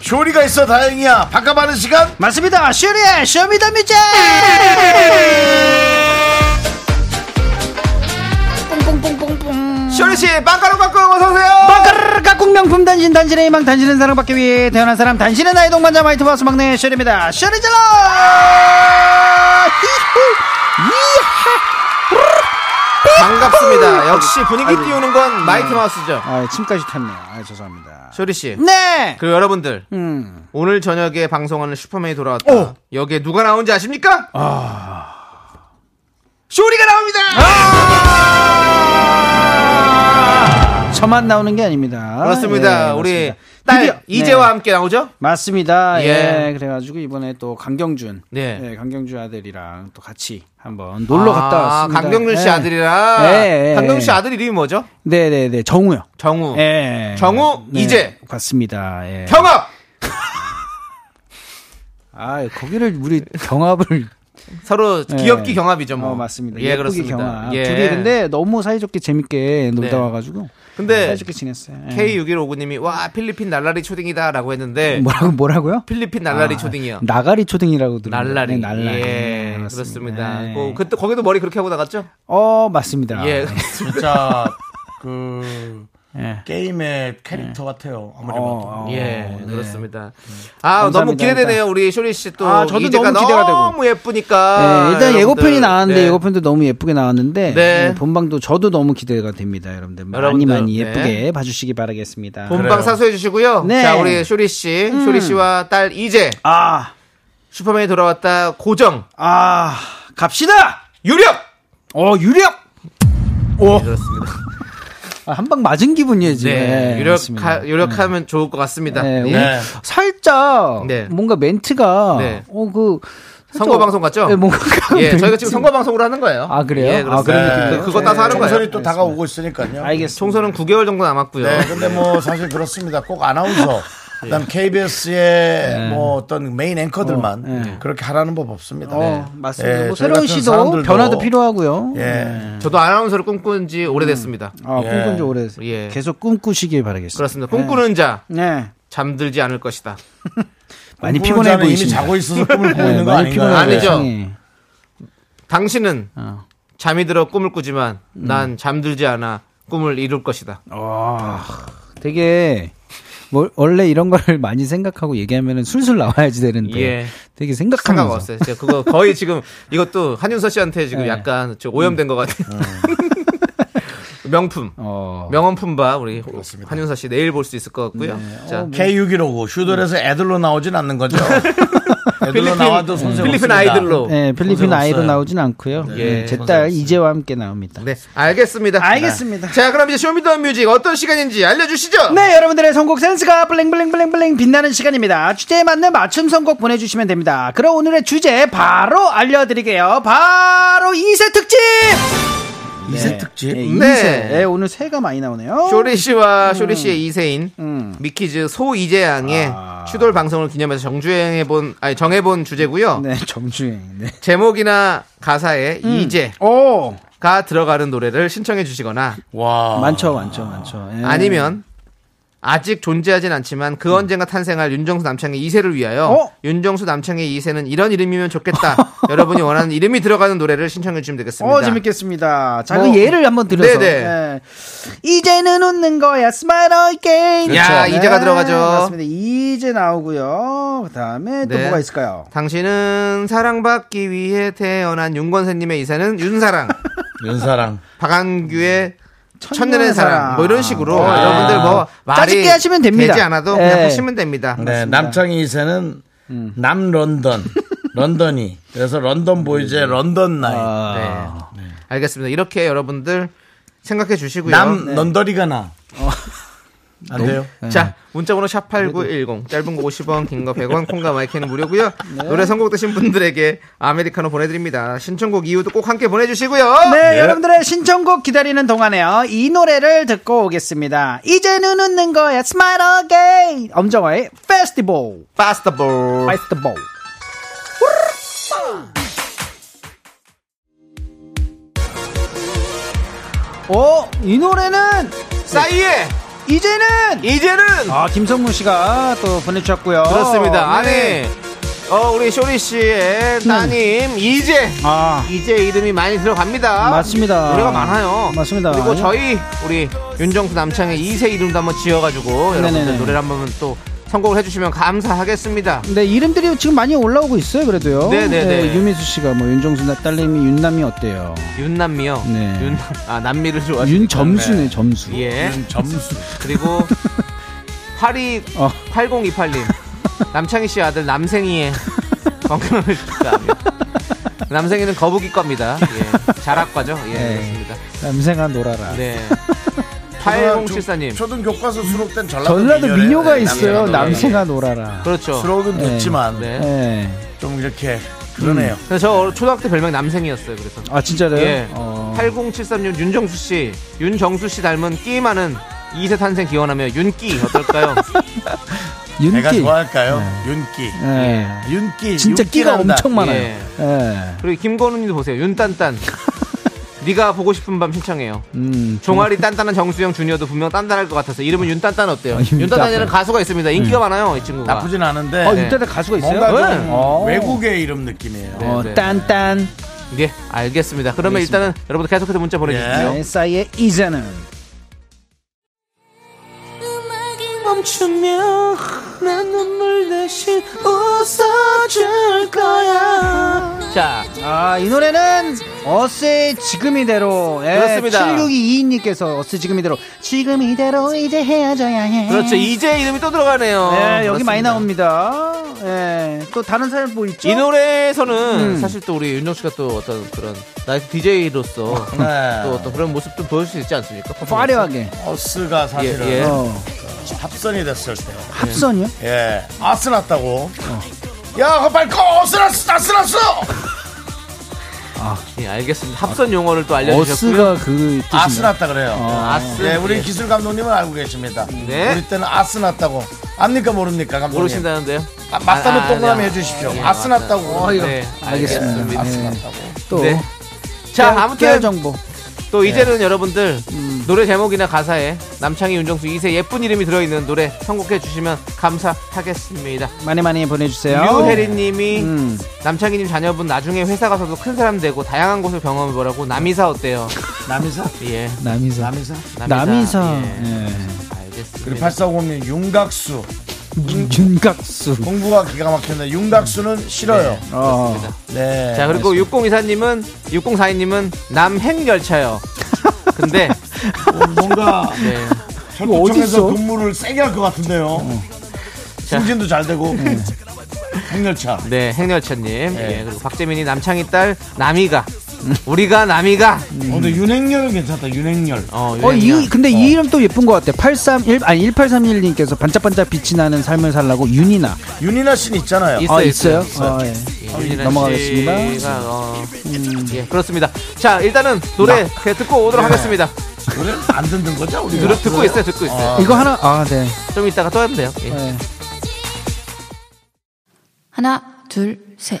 S1: 쇼리가 있어 다행이야. 바꿔봐는 시간?
S3: 맞습니다. 슈리의 쇼미더뮤직.
S2: 쇼리 씨 빵가루 갖고 어서 오세요.
S3: 빵가르르 깍꿍 명품 단신 단신의 희망 단신은 사랑받기 위해 태어난 사람 단신의 나의 동반자 마이트 바스 막내 슈리입니다. 슈리질러.
S2: 반갑습니다. 역시 분위기 띄우는 건 마이티 마우스죠.
S3: 아 침까지 탔네요. 아 죄송합니다.
S2: 쇼리 씨.
S3: 네.
S2: 그리고 여러분들
S3: 음.
S2: 오늘 저녁에 방송하는 슈퍼맨이 돌아왔다. 여기에 누가 나온지 아십니까? 아, 쇼리가 나옵니다.
S3: 저만 나오는 게 아닙니다.
S2: 그렇습니다.
S3: 예,
S2: 우리
S3: 맞습니다.
S2: 딸
S3: 드디어-
S2: 이재와
S3: 네.
S2: 함께 나오죠?
S3: 맞습니다. 예.
S2: 예.
S3: 그래가지고 이번에 또 강경준,
S2: 네.
S3: 예, 강경준 아들이랑 또 같이 한번 놀러 갔다 왔습니다.
S2: 아, 강경준 씨
S3: 예.
S2: 아들이랑
S3: 예, 예,
S2: 강경준 씨
S3: 예.
S2: 아들 이름이 뭐죠?
S3: 네네네 정우요.
S2: 정우.
S3: 예.
S2: 정우, 이제.
S3: 같습니다. 예.
S2: 경합.
S3: 아 거기를 우리 경합을
S2: 서로
S3: 예.
S2: *laughs* 귀엽기 경합이죠, 뭐.
S3: 어, 맞습니다.
S2: 예,
S3: 예쁘게
S2: 그렇습니다.
S3: 경합.
S2: 예.
S3: 둘이 근데 너무 사이좋게 재밌게 놀다
S2: 네.
S3: 와가지고
S2: 근데
S3: 사이좋게 지냈어요. 예.
S2: K6159님이 와 필리핀 날라리 초딩이다라고 했는데
S3: 뭐라고 뭐라고요?
S2: 필리핀 날라리
S3: 아,
S2: 초딩이요.
S3: 나가리 초딩이라고 들었
S2: 날라리.
S3: 네,
S2: 예,
S3: 날라리. 네,
S2: 그렇습니다.
S3: 예.
S2: 그, 그때 거기도 머리 그렇게 하고 나갔죠?
S3: 어 맞습니다.
S2: 예.
S1: 진짜 그
S3: 예.
S1: 게임의 캐릭터 같아요. 아무리
S3: 네. 어,
S2: *laughs*
S3: 어,
S2: 예,
S3: 네.
S2: 그렇습니다. 아,
S3: 감사합니다.
S2: 너무 기대되네요. 우리 쇼리 씨 또.
S3: 아, 저도
S2: 이제가
S3: 너무 기대가 되고.
S2: 너무 예쁘니까.
S3: 네, 일단
S2: 아, 여러분들.
S3: 예고편이 나왔는데
S2: 네.
S3: 예고편도 너무 예쁘게 나왔는데
S2: 네.
S3: 네, 본방도 저도 너무 기대가 됩니다, 여러분들. 많이
S2: 여러분들,
S3: 많이
S2: 네.
S3: 예쁘게 봐주시기 바라겠습니다.
S2: 본방 사수해 주시고요.
S3: 네. 음.
S2: 자, 우리 쇼리 씨, 쇼리 씨와 딸 이제
S3: 아,
S2: 슈퍼맨이 돌아왔다 고정
S3: 아, 갑시다.
S2: 유력.
S3: 어 유력. 오,
S2: 네,
S3: 아,
S2: 그렇습니다.
S3: 한 방 맞은 기분이에요 지금.
S2: 네,
S3: 네,
S2: 유력
S3: 맞습니다.
S2: 유력하면 좋을 것 같습니다.
S3: 네,
S2: 예.
S3: 오늘 살짝
S2: 네.
S3: 뭔가 멘트가
S2: 네.
S3: 어그
S2: 선거 방송 같죠?
S3: 네, 뭔가
S2: 예, 저희가 지금
S3: 멘트-
S2: 선거 방송으로 하는 거예요.
S3: 아, 그래요?
S2: 예,
S3: 아,
S2: 그렇습니다.
S3: 그런
S2: 네,
S3: 느낌이에요? 네,
S2: 그거 따서 하는 거예요.
S1: 총선이 또 다가오고 있으니까요.
S3: 알겠습니다.
S2: 총선은 9개월 정도 남았고요.
S1: 네, 근데 뭐 사실 그렇습니다. 꼭
S3: 네.
S1: 아나운서, 그다음 KBS의 뭐 어떤 메인 앵커들만 그렇게 하라는 법 없습니다.
S3: 네.
S2: 네.
S3: 어, 맞습니다.
S1: 예, 저희
S3: 뭐 새로운
S1: 같은
S3: 시도
S1: 사람들도-
S3: 변화도 필요하고요. 네.
S1: 예.
S2: 저도 아나운서를 꿈꾼 지 오래됐습니다.
S3: 아, 꿈꾼 지 오래됐어요.
S2: 예.
S3: 계속 꿈꾸시길 바라겠습니다.
S2: 그렇습니다. 꿈꾸는 자
S3: 네.
S2: 잠들지 않을 것이다.
S3: 많이
S1: 꿈꾸는
S3: 피곤해
S1: 자는
S3: 보이시죠?
S1: 이미 자고 있어서 꿈을 꾸고
S3: 네,
S1: 있는 거
S3: 많이
S1: 아닌가요?
S3: 피곤해
S2: 아니죠.
S3: 보이시죠?
S2: 당신은
S3: 어. 음.
S2: 잠이 들어 꿈을 꾸지만 난 잠들지 않아 꿈을 이룰 것이다.
S3: 되게 뭐, 원래 이런 걸 *laughs* 많이 생각하고 얘기하면 술술 나와야지 되는데
S2: 예.
S3: 되게 생각하면서
S2: 생각 없어요. 제가 그거 거의 지금 이것도 한윤서 씨한테 지금 약간 저 오염된 것 같아요. *laughs* 명품.
S3: 어.
S2: 명언품바 우리 한윤서 씨 내일 볼 수 있을 것 같고요. 자,
S1: 뭐 K6159 네. 슈돌에서 애들로 나오진 않는
S3: *laughs*
S1: 거죠. 애들로 나와도 손색
S2: 필리핀
S1: 없습니다.
S2: 아이들로. 네.
S3: 네, 필리핀
S1: 없어요.
S3: 아이로 나오진 않고요.
S2: 예, 네.
S3: 네, 제딸 이재와 함께 나옵니다.
S2: 알겠습니다.
S3: 알겠습니다.
S2: 자, 그럼 이제 쇼미더뮤직 어떤 시간인지 알려주시죠.
S3: 네, 여러분들의 선곡 센스가 블링블링블링블링 빛나는 시간입니다. 주제에 맞는 맞춤 선곡 보내주시면 됩니다. 그럼 오늘의 주제 바로 알려드릴게요. 바로 2세 특집!
S1: 이세 특집.
S3: 네,
S2: 네.
S3: 2세. 네, 오늘 새가 많이 나오네요.
S2: 쇼리 씨와 쇼리 씨의 이세인 미키즈 소 이재 양의 추돌 방송을 기념해서 정주행해 본 아니 정해본 주제고요.
S3: 네, *laughs* 정주행. 네.
S2: 제목이나 가사에 이재가
S3: 오!
S2: 들어가는 노래를 신청해 주시거나
S1: 와.
S3: 많죠, 많죠, 많죠. 예.
S2: 음. 아니면 아직 존재하진 않지만 그 언젠가 탄생할 윤정수 남창의 2세를 위하여
S3: 음. 어?
S2: 윤정수 남창의 2세는 이런 이름이면
S3: *laughs*
S2: 좋겠다. 여러분이 원하는 이름이 들어가는 노래를 신청해 주시면 되겠습니다.
S3: 어, 재밌겠습니다. 자,
S2: 뭐,
S3: 그 예를 한번 들어서.
S2: 네네.
S3: 예. 이제는 웃는 거야, 스마일 어게인.
S2: 야, 이제가 들어가죠.
S3: 그렇죠. 네, 맞습니다. 이제 나오고요. 그 다음에 또
S2: 네.
S3: 뭐가 있을까요?
S2: 당신은 사랑받기 위해 태어난 윤권세님의 이세는
S3: *laughs*
S2: 윤사랑,
S1: 윤사랑.
S2: 박한규의
S3: 음.
S2: 천년의
S3: 천년의
S2: 사랑 뭐 이런 식으로
S3: 아.
S2: 여러분들 뭐 말이
S3: 짜집게 하시면 됩니다.
S2: 되지 않아도
S3: 네.
S2: 그냥 하시면 됩니다.
S1: 네, 남창희 2세는 남런던. 런던이. 그래서 런던 보이즈의 런던 나이.
S3: 아.
S2: 네. 알겠습니다. 이렇게 여러분들 생각해 주시고요. 네.
S1: 남 런더리가 나. 안 돼요?
S3: 네.
S2: 자, 문자번호 샵8910 짧은 거 50원, 긴 거 100원, 콩과 마이크는 무료고요.
S3: 네.
S2: 노래 선곡되신 분들에게 아메리카노 보내드립니다. 신청곡 이유도 꼭 함께 보내주시고요.
S3: 네, 여러분들의 신청곡 기다리는 동안에요. 이 노래를 듣고 오겠습니다. 이제는 웃는 거야, 스마일 어게인. 엄정화의 페스티벌.
S2: 파스타볼.
S3: 페스티벌. 오, 어, 이 노래는
S2: 싸이의
S3: 이제는
S2: 이제는
S3: 아 김성문 씨가 또 보내주셨고요.
S2: 그렇습니다. 아니,
S3: 네. 음.
S2: 어, 우리 쇼리 씨의 따님 이제
S3: 아
S2: 이제 이름이 많이 들어갑니다.
S3: 맞습니다.
S2: 노래가 많아요.
S3: 맞습니다.
S2: 그리고
S3: 아니-
S2: 저희 우리 윤정수 남창의 2세 이름도 한번 지어가지고
S3: 네네네.
S2: 여러분들 노래를 한번 또 선곡을 해주시면 감사하겠습니다.
S3: 네 이름들이 지금 많이 올라오고 있어요. 그래도
S2: 네네네.
S3: 유미수 씨가 뭐 윤정수 나 딸님이 윤남이 어때요?
S2: 윤남미요.
S3: 네.
S2: 윤남 아 남미를 좋아.
S3: 윤점수네 점수.
S2: 예.
S1: 점수.
S3: *laughs*
S2: 그리고 82
S3: 어.
S2: 8028님 남창희 씨 아들 남생이의 건강을 축하합니다. 남생이는 거북이과입니다. 예. 자락과죠. 예.
S3: 네.
S2: 그렇습니다.
S3: 남생아 놀아라. *laughs*
S2: 네. 8074님.
S1: 초등 교과서 수록된 전라도,
S3: 전라도
S1: 민요래.
S3: 민요가
S1: 네,
S3: 있어요.
S2: 남생아 놀아라.
S3: 남생아 놀아라.
S2: 그렇죠.
S1: 수록은
S3: 네. 음,
S1: 듣지만
S2: 네.
S3: 예.
S1: 좀 이렇게 그러네요.
S2: 그래서 저 초등학교 때 별명 남생이었어요. 그래서.
S3: 아 진짜로요?
S2: 예.
S3: 어.
S2: 8073님 윤정수 씨, 윤정수 씨 닮은 끼 많은 2세 탄생 기원하며 윤끼
S3: *laughs*
S2: 어떨까요?
S1: 내가
S3: 윤기.
S1: 좋아할까요? 윤기.
S3: 예.
S1: 윤기.
S3: 진짜 끼가
S1: 윤기란다.
S3: 엄청 많아요.
S2: 예.
S3: 예.
S2: 그리고 김건우님도 보세요. *laughs* 윤딴딴. 네가 보고 싶은 밤 신청해요.
S3: 음.
S2: 종아리 단단한 정수영 주니어도 분명 단단할 것 같아서 이름은 윤딴딴 음. 어때요? 윤딴딴이라는 가수가 있습니다. 인기가 많아요, 이 친구가.
S1: 나쁘진 않은데.
S3: 어 이때도 가수가 있어요?
S1: 뭔가 좀
S2: 네.
S3: 어.
S1: 외국의 이름 느낌이에요.
S2: 네.
S3: 어, 딴딴.
S2: 예, 알겠습니다. 그러면 일단은 여러분 들 계속해서 문자 보내주세요.
S1: 네.
S3: 에사이의 이제는
S2: 예. 멈추면 난 눈물 대신 웃어줄 거야. 자,
S3: 아이 노래는 어스의 지금 이대로 예,
S2: 그렇습니다.
S3: 7622님께서 어스 지금 이대로 지금 이대로 이제 헤어져야 해
S2: 그렇죠. 이제 이름이 또 들어가네요.
S3: 예, 여기 많이
S2: 그렇습니다.
S3: 나옵니다 예, 또 다른 사연 뭐 있죠?
S2: 이 노래에서는
S3: 음.
S2: 사실 또 우리 윤정 씨가 또 어떤 그런 나이트 DJ로서
S3: 음.
S1: 네.
S2: 또 어떤 그런 모습 좀 보여줄 수 있지 않습니까?
S3: 화려하게
S1: 어스가 사실은
S2: 예, 예.
S3: 어,
S1: 합선이 됐을 때.
S3: 합선이요?
S1: 예. 아스 났다고. 야, 그거 빨리 꺼! 어스 났어! 아스 났어!
S2: 예, 알겠습니다. 합선 용어를 또 알려주셨고요.
S3: 어스가 그
S1: 아스
S3: 뜻인가요?
S1: 났다 그래요.
S2: 아스.
S1: 예, 우리
S2: 예,
S1: 기술 감독님은 알고 계십니다.
S2: 네.
S1: 우리 때는 아스 났다고. 압니까 모릅니까 감독님?
S2: 모르신다는데요?
S1: 아, 맞다면
S2: 아, 아,
S1: 동그라미
S2: 네.
S1: 해주십시오.
S2: 예,
S1: 아스
S2: 맞다.
S1: 났다고.
S2: 네,
S3: 알겠습니다.
S1: 아스
S3: 네.
S1: 났다고.
S3: 또
S2: 네. 자,
S3: 깨알
S2: 아무튼
S3: 정보
S2: 또 이제는 여러분들 노래 제목이나 가사에 남창희 윤정수 2세 예쁜 이름이 들어있는 노래 선곡해 주시면 감사하겠습니다.
S3: 많이 많이 보내주세요
S2: 유혜리님이
S3: 음.
S2: 남창희님 자녀분 나중에 회사 가서도 큰 사람 되고 다양한 곳을 경험해보라고 남이사 어때요?
S1: 남이사?
S2: 예.
S3: 남이사
S1: 남이사?
S3: 남이사
S2: 예.
S3: 예.
S1: 그리고
S2: 알겠습니다.
S1: 8450님 윤각수.
S3: 윤각수
S1: 공부가 기가 막혔네. 윤각수는 싫어요.
S3: 어.
S1: 네.
S2: 자 그리고 6024님은 6042님은 남행 열차요. 근데
S1: 어, *laughs* 뭔가
S2: 네.
S1: 협동청에서
S3: 어딨어?
S1: 근무를 세게 할 것 같은데요. 승진도 잘 되고 *laughs* 행렬차.
S2: 네, 행렬차님. 예, 그리고 박재민이 남창희 딸 남이가. 우리가 남이가.
S1: 어, 근데 윤행렬은 괜찮다. 윤행렬.
S2: 어,
S3: 음. 어,
S2: 유행이야.
S3: 이, 근데 이 이름 또 예쁜 것 같아. 831, 아니, 1831님께서 반짝반짝 빛이 나는 삶을 살라고 윤이나.
S1: 윤이나 씨는 있잖아요.
S2: 있어요,
S3: 아, 있어요?
S2: 있어요.
S3: 아, 예.
S2: 예, 윤진아
S3: 넘어가겠습니다. 음.
S2: 씨가, 어, 예, 그렇습니다. 자, 일단은 노래 그냥 듣고 오도록
S3: 네.
S2: 하겠습니다.
S1: 노래 안 듣는 거죠? 우리가?
S2: 노래 듣고 있어요, 듣고 있어요.
S3: 이거 하나, 아, 네.
S2: 좀 이따가 또 하면 돼요. 예.
S3: 네.
S6: 하나, 둘, 셋.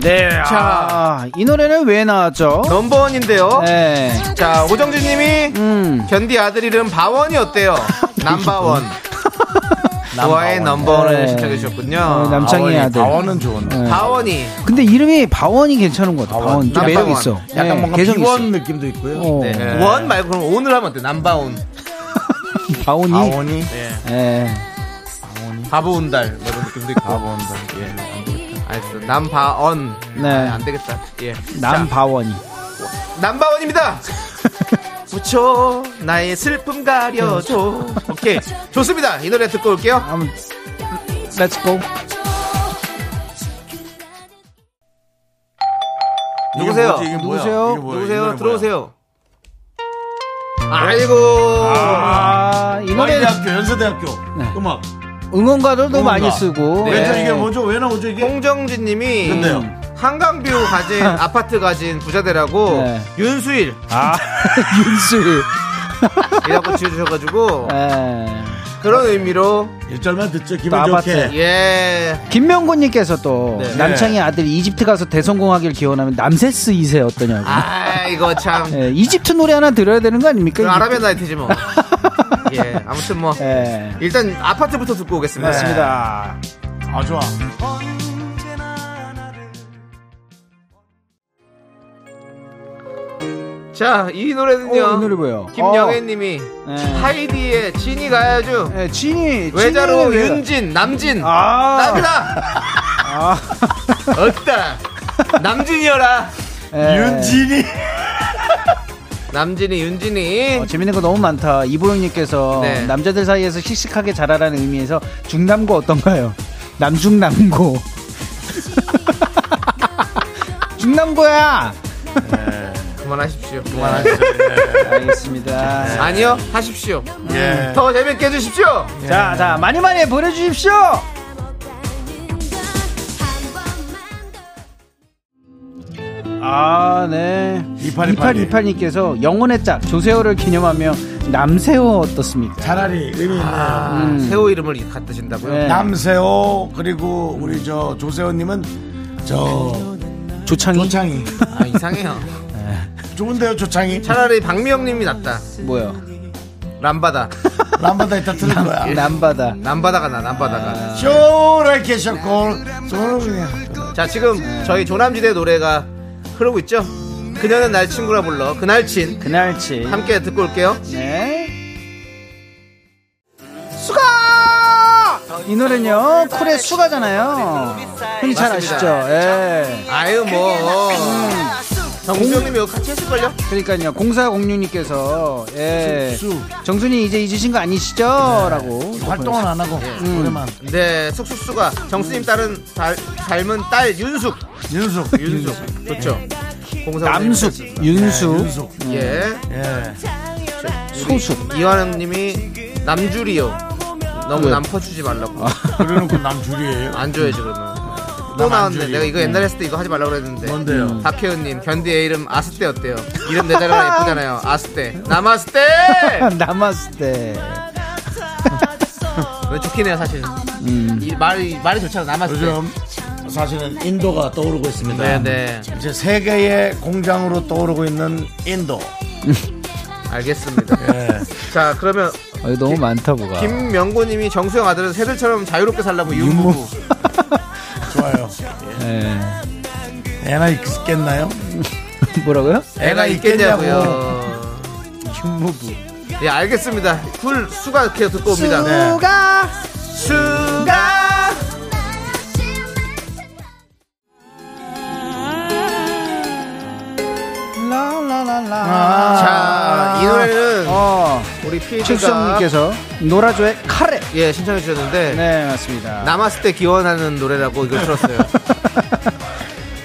S3: 네. 아, 이 노래는 왜 나왔죠?
S2: 넘버원인데요.
S3: 네.
S2: 자, 오정진 님이
S3: 음.
S2: 견디 아들 이름 바원이
S3: *laughs*
S2: 어때요? 남바원. 좋아의 넘버원을
S3: 네.
S2: 신청해 주셨군요.
S3: 어, 남창희 아들.
S1: 다원은 좋은데
S3: 네.
S2: 바원이.
S3: 근데 이름이 바원이 괜찮은 것 같아. 바원. 좀
S2: 약간
S3: 매력
S2: 원.
S3: 있어.
S1: 약간
S3: 네,
S1: 뭔가
S3: 개성 있어.
S1: 비원 느낌도 있고요
S3: 어,
S2: 네. 원 말고 그럼 오늘 하면 어때? 남바온.
S3: 바원이.
S1: 다원이
S3: 네.
S2: 바보 운달. 뭐 이런 느낌도 있고. 예,
S1: 다원
S2: 알겠어. 남바언.
S3: 네.
S2: 아, 안 되겠다. 예. 자,
S3: 남바원이. *laughs*
S2: 남바원입니다. 붙여 나의 슬픔 가려줘.
S3: 네.
S2: 오케이. 좋습니다. 이 노래 듣고 올게요.
S3: 한번 음, Let's go.
S2: 누구세요?
S3: 누구세요?
S2: 누구세요? 들어오세요. 아이고.
S3: 아, 이
S1: 노래
S3: 노래
S1: 대학교 연세대학교 음악
S3: 응원가들도
S1: 응원가.
S3: 많이 쓰고.
S2: 네.
S1: 왼쪽 이게 뭐죠? 왜 나오죠 이게?
S2: 홍정진 님이
S1: 근데요?
S3: 음.
S2: 한강뷰 가진 아파트 가진 부자대라고
S3: 네.
S2: 윤수일이라고
S3: 아, *laughs* 윤수.
S2: 지어주셔가지고
S3: 네.
S2: 그런 의미로
S1: 일절만 듣죠 기분 좋게
S3: 또 아파트.
S2: 예
S3: 김명곤님께서 또
S2: 네.
S3: 남창희 아들 이집트 가서 대성공하길 기원하면 남세스 2세 어떠냐고.
S2: 아 이거 참
S3: 예, 이집트 노래 하나 들어야 되는 거 아닙니까?
S2: 그럼
S3: 이집트?
S2: 아라비아나이트지 뭐. 예 아무튼 뭐
S3: 예. 네,
S2: 일단 아파트부터 듣고 오겠습니다.
S3: 맞습니다.
S1: 아 좋아
S2: 자이 노래는요.
S3: 어, 이 노래 뭐예요?
S2: 김영애님이
S3: 네.
S2: 하이디의 진이 가야죠.
S3: 예, 진이
S2: 외자로
S3: 진이 왜-
S2: 윤진 남진
S3: 아.
S2: 남이다
S3: 아,
S2: 어따 남진이여라
S3: 예.
S1: 윤진이
S2: 남진이 윤진이
S3: 어, 재밌는 거 너무 많다. 이보영님께서
S2: 네.
S3: 남자들 사이에서 씩씩하게 자라라는 의미에서 중남고 어떤가요? 남중남고. *laughs* 중남고야. 네.
S2: 그만하십시오.
S1: 그만하시죠
S3: 알겠습니다.
S2: 아니요 하십시오.
S1: 예.
S2: 더 재밌게 해주십시오.
S3: 자, 자 많이 많이 보내주십시오.
S4: 그
S3: 아, 네.
S1: 2828
S3: 2828님께서 영혼의 짝 조세호를 기념하며 남세호 어떻습니까?
S1: 차라리 의미 있네요
S2: 아, 새우 이름을 갖다 준다고요?
S3: 음. 네.
S1: 남세호 그리고 우리 저 조세호님은 저
S3: 조창이
S1: *laughs* 조창이
S2: 아, 이상해요.
S1: 좋은데요 조창이
S2: 차라리 박미영님이 낫다.
S3: 뭐요?
S2: 람바다.
S1: 람바다 이따 틀릴 거야
S3: 남바다.
S2: 남바다가 나.
S1: 아,
S2: 남바다가.
S1: 쇼라이케 셔콜 소울이야.
S2: 자 지금 저희 조남지대 노래가 흐르고 있죠. 그녀는 날 친구라 불러 그날친
S3: 그날치.
S2: 함께 듣고 올게요.
S3: 네.
S2: 수가.
S3: 이 노래는요 쿨의 수가잖아요. 형이 잘
S2: 맞습니다.
S3: 아시죠? 예.
S2: 아유 뭐. 정수영님이 여기 같이 했을걸요?
S3: 그러니까요 공사공유님께서 예. 정순이 이제 잊으신 거 아니시죠?라고
S1: 활동은 안 하고 노래만
S2: 네, 숙숙수가 정수님 딸은 달- 닮은 딸 윤숙.
S1: 윤숙
S2: 윤숙. 좋죠. 공사
S3: 남숙, 윤숙,
S1: 윤숙
S2: 예.
S1: 예
S3: 소숙.
S2: 이화영님이 남주리요. 너무 남 퍼주지 말라고.
S1: 그래놓고 남 줄이에요
S2: 안 줘야지 그러면. 또
S1: 안
S2: 나왔는데
S1: 줘요.
S2: 내가 이거 옛날에 했을 때 이거 하지 말라고 그랬는데 음.
S1: 뭔데요?
S2: 박혜은님 견디 애 이름 아스떼 어때요? 이름 내달라 예쁘잖아요 아스떼 남아스떼
S3: *laughs* *laughs* 남았을 때.
S2: 왜 좋긴 해요 사실 이 말이 말이 좋잖아 남아스떼
S1: 요즘 사실은 인도가 떠오르고 있습니다
S2: 네네
S1: 이제 세계의 공장으로 떠오르고 있는 인도
S2: 알겠습니다
S1: 예.
S2: 자 그러면
S3: 아, 이거 너무 많다 뭐가.
S2: 김명고님이 정수영 아들은 새들처럼 자유롭게 살라고 유무
S1: 좋아요
S3: 예. *laughs*
S1: 애나 있겠나요?
S3: 뭐라고요?
S2: 애가 있겠냐고요
S1: 김무부
S2: 예 알겠습니다 쿨 수가 이렇게 듣고 옵니다
S3: 수가
S2: 수가
S3: 라라라라.
S2: 자, 이 노래는
S3: 어.
S2: 우리 PD가
S3: 칠수님께서 노라조의 카레.
S2: 예 신청해 주셨는데
S3: 네 맞습니다.
S2: 남았을 때 기원하는 노래라고 이걸 들었어요.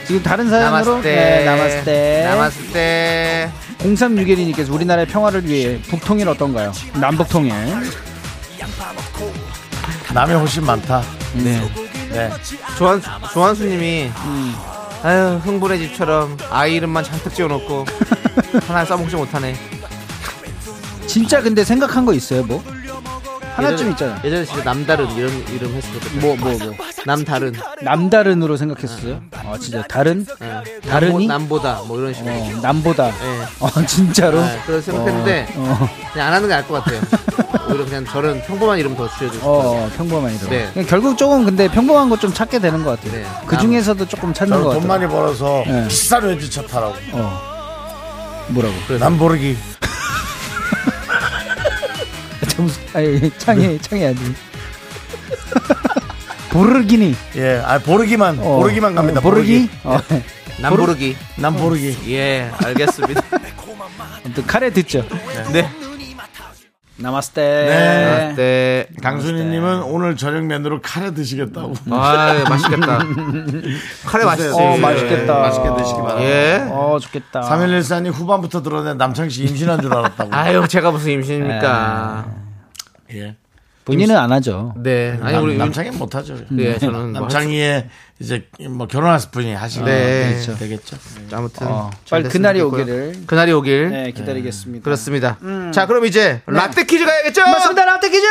S3: 지금 다른 사연으로
S2: 남았을 때,
S3: 네, 남았을 때
S2: 남았을 때,
S3: 0361님께서 우리나라의 평화를 위해 북통일 어떤가요? 음. 남북통일.
S1: 남이 훨씬 많다
S3: 네.
S1: 네
S2: 조한 조한수님이
S3: 음.
S2: 아유 흥분의
S3: *laughs*
S2: 집처럼 아이 이름만 잔뜩 지어놓고 하나 써먹지 못하네.
S3: *laughs* 진짜 근데 생각한 거 있어요 뭐 하나쯤
S2: 예전에-
S3: 있잖아
S2: 예전에 진짜 남다른 이런 이름 했었거든.
S3: 뭐 뭐 뭐
S2: 남다른.
S3: 남다른으로 생각했었어요 아 진짜 다른
S2: 예.
S3: 다른이?
S2: 음. 남보, 다뭐 이런 식으로.
S3: 어, 남보다
S2: 예.
S3: 어 진짜로
S2: 예, 그런 생각했는데
S3: 어, 어.
S2: 그냥 안 하는 게 알 것
S3: *laughs*
S2: 같아요. 오히려 그냥 저런 평범한 이름 더 줄여주고 싶어요.
S3: 어, 어, 평범한 이름.
S2: 네.
S3: 그냥 결국 조금 근데 평범한 거 좀 찾게 되는 것 같아요.
S2: 네.
S3: 그 중에서도 조금 찾는
S1: 저는
S3: 것
S1: 돈
S3: 같아요.
S1: 많이 벌어서
S3: 네.
S1: 비싼 외제차 타라고.
S3: 어. 뭐라고?
S1: 난 모르기.
S3: 정수, 아니, 창이, 창이 아니. 네. *laughs* 보르기니.
S1: 예, 아 보르기만
S3: 어.
S1: 보르기만 갑니다.
S3: 어, 보르기? 어.
S2: 남부르기.
S1: 난 보르기.
S2: 예,
S3: *laughs*
S2: 알겠습니다.
S3: 아무튼 카레 듣죠.
S2: 네.
S3: 나마스테.
S1: 네.
S2: 네.
S1: 강순희님은 오늘 저녁 메뉴로 카레 드시겠다고.
S2: 아,
S3: *laughs*
S2: 맛있겠다. 카레 네. 맛있어.
S1: 드세요.
S3: 어, 맛있겠다.
S1: 예, 맛있게 드시기 바랍니다.
S2: 예.
S3: 어, 좋겠다.
S1: 3114님 후반부터 들었는데 남창 씨 임신한 줄 알았다고.
S2: 아유, 제가 무슨
S3: 네.
S2: 임신입니까?
S1: 예.
S3: 본인은 안 하죠.
S2: 네. 아니, 우리 남,
S1: 남창이 못하죠.
S2: 네, 저는 뭐
S1: 남창이의 이제 뭐 결혼할 분이 하시는
S2: 네.
S1: 게 되겠죠.
S2: 할 수- 아무튼 잘
S3: 빨리
S2: 됐으면
S3: 그날이
S2: 좋겠고요.
S3: 오기를.
S2: 그날이 오길.
S3: 네, 기다리겠습니다.
S2: 그렇습니다. 자, 그럼 이제 라떼 퀴즈 가야겠죠?
S3: 맞습니다, 라떼 퀴즈!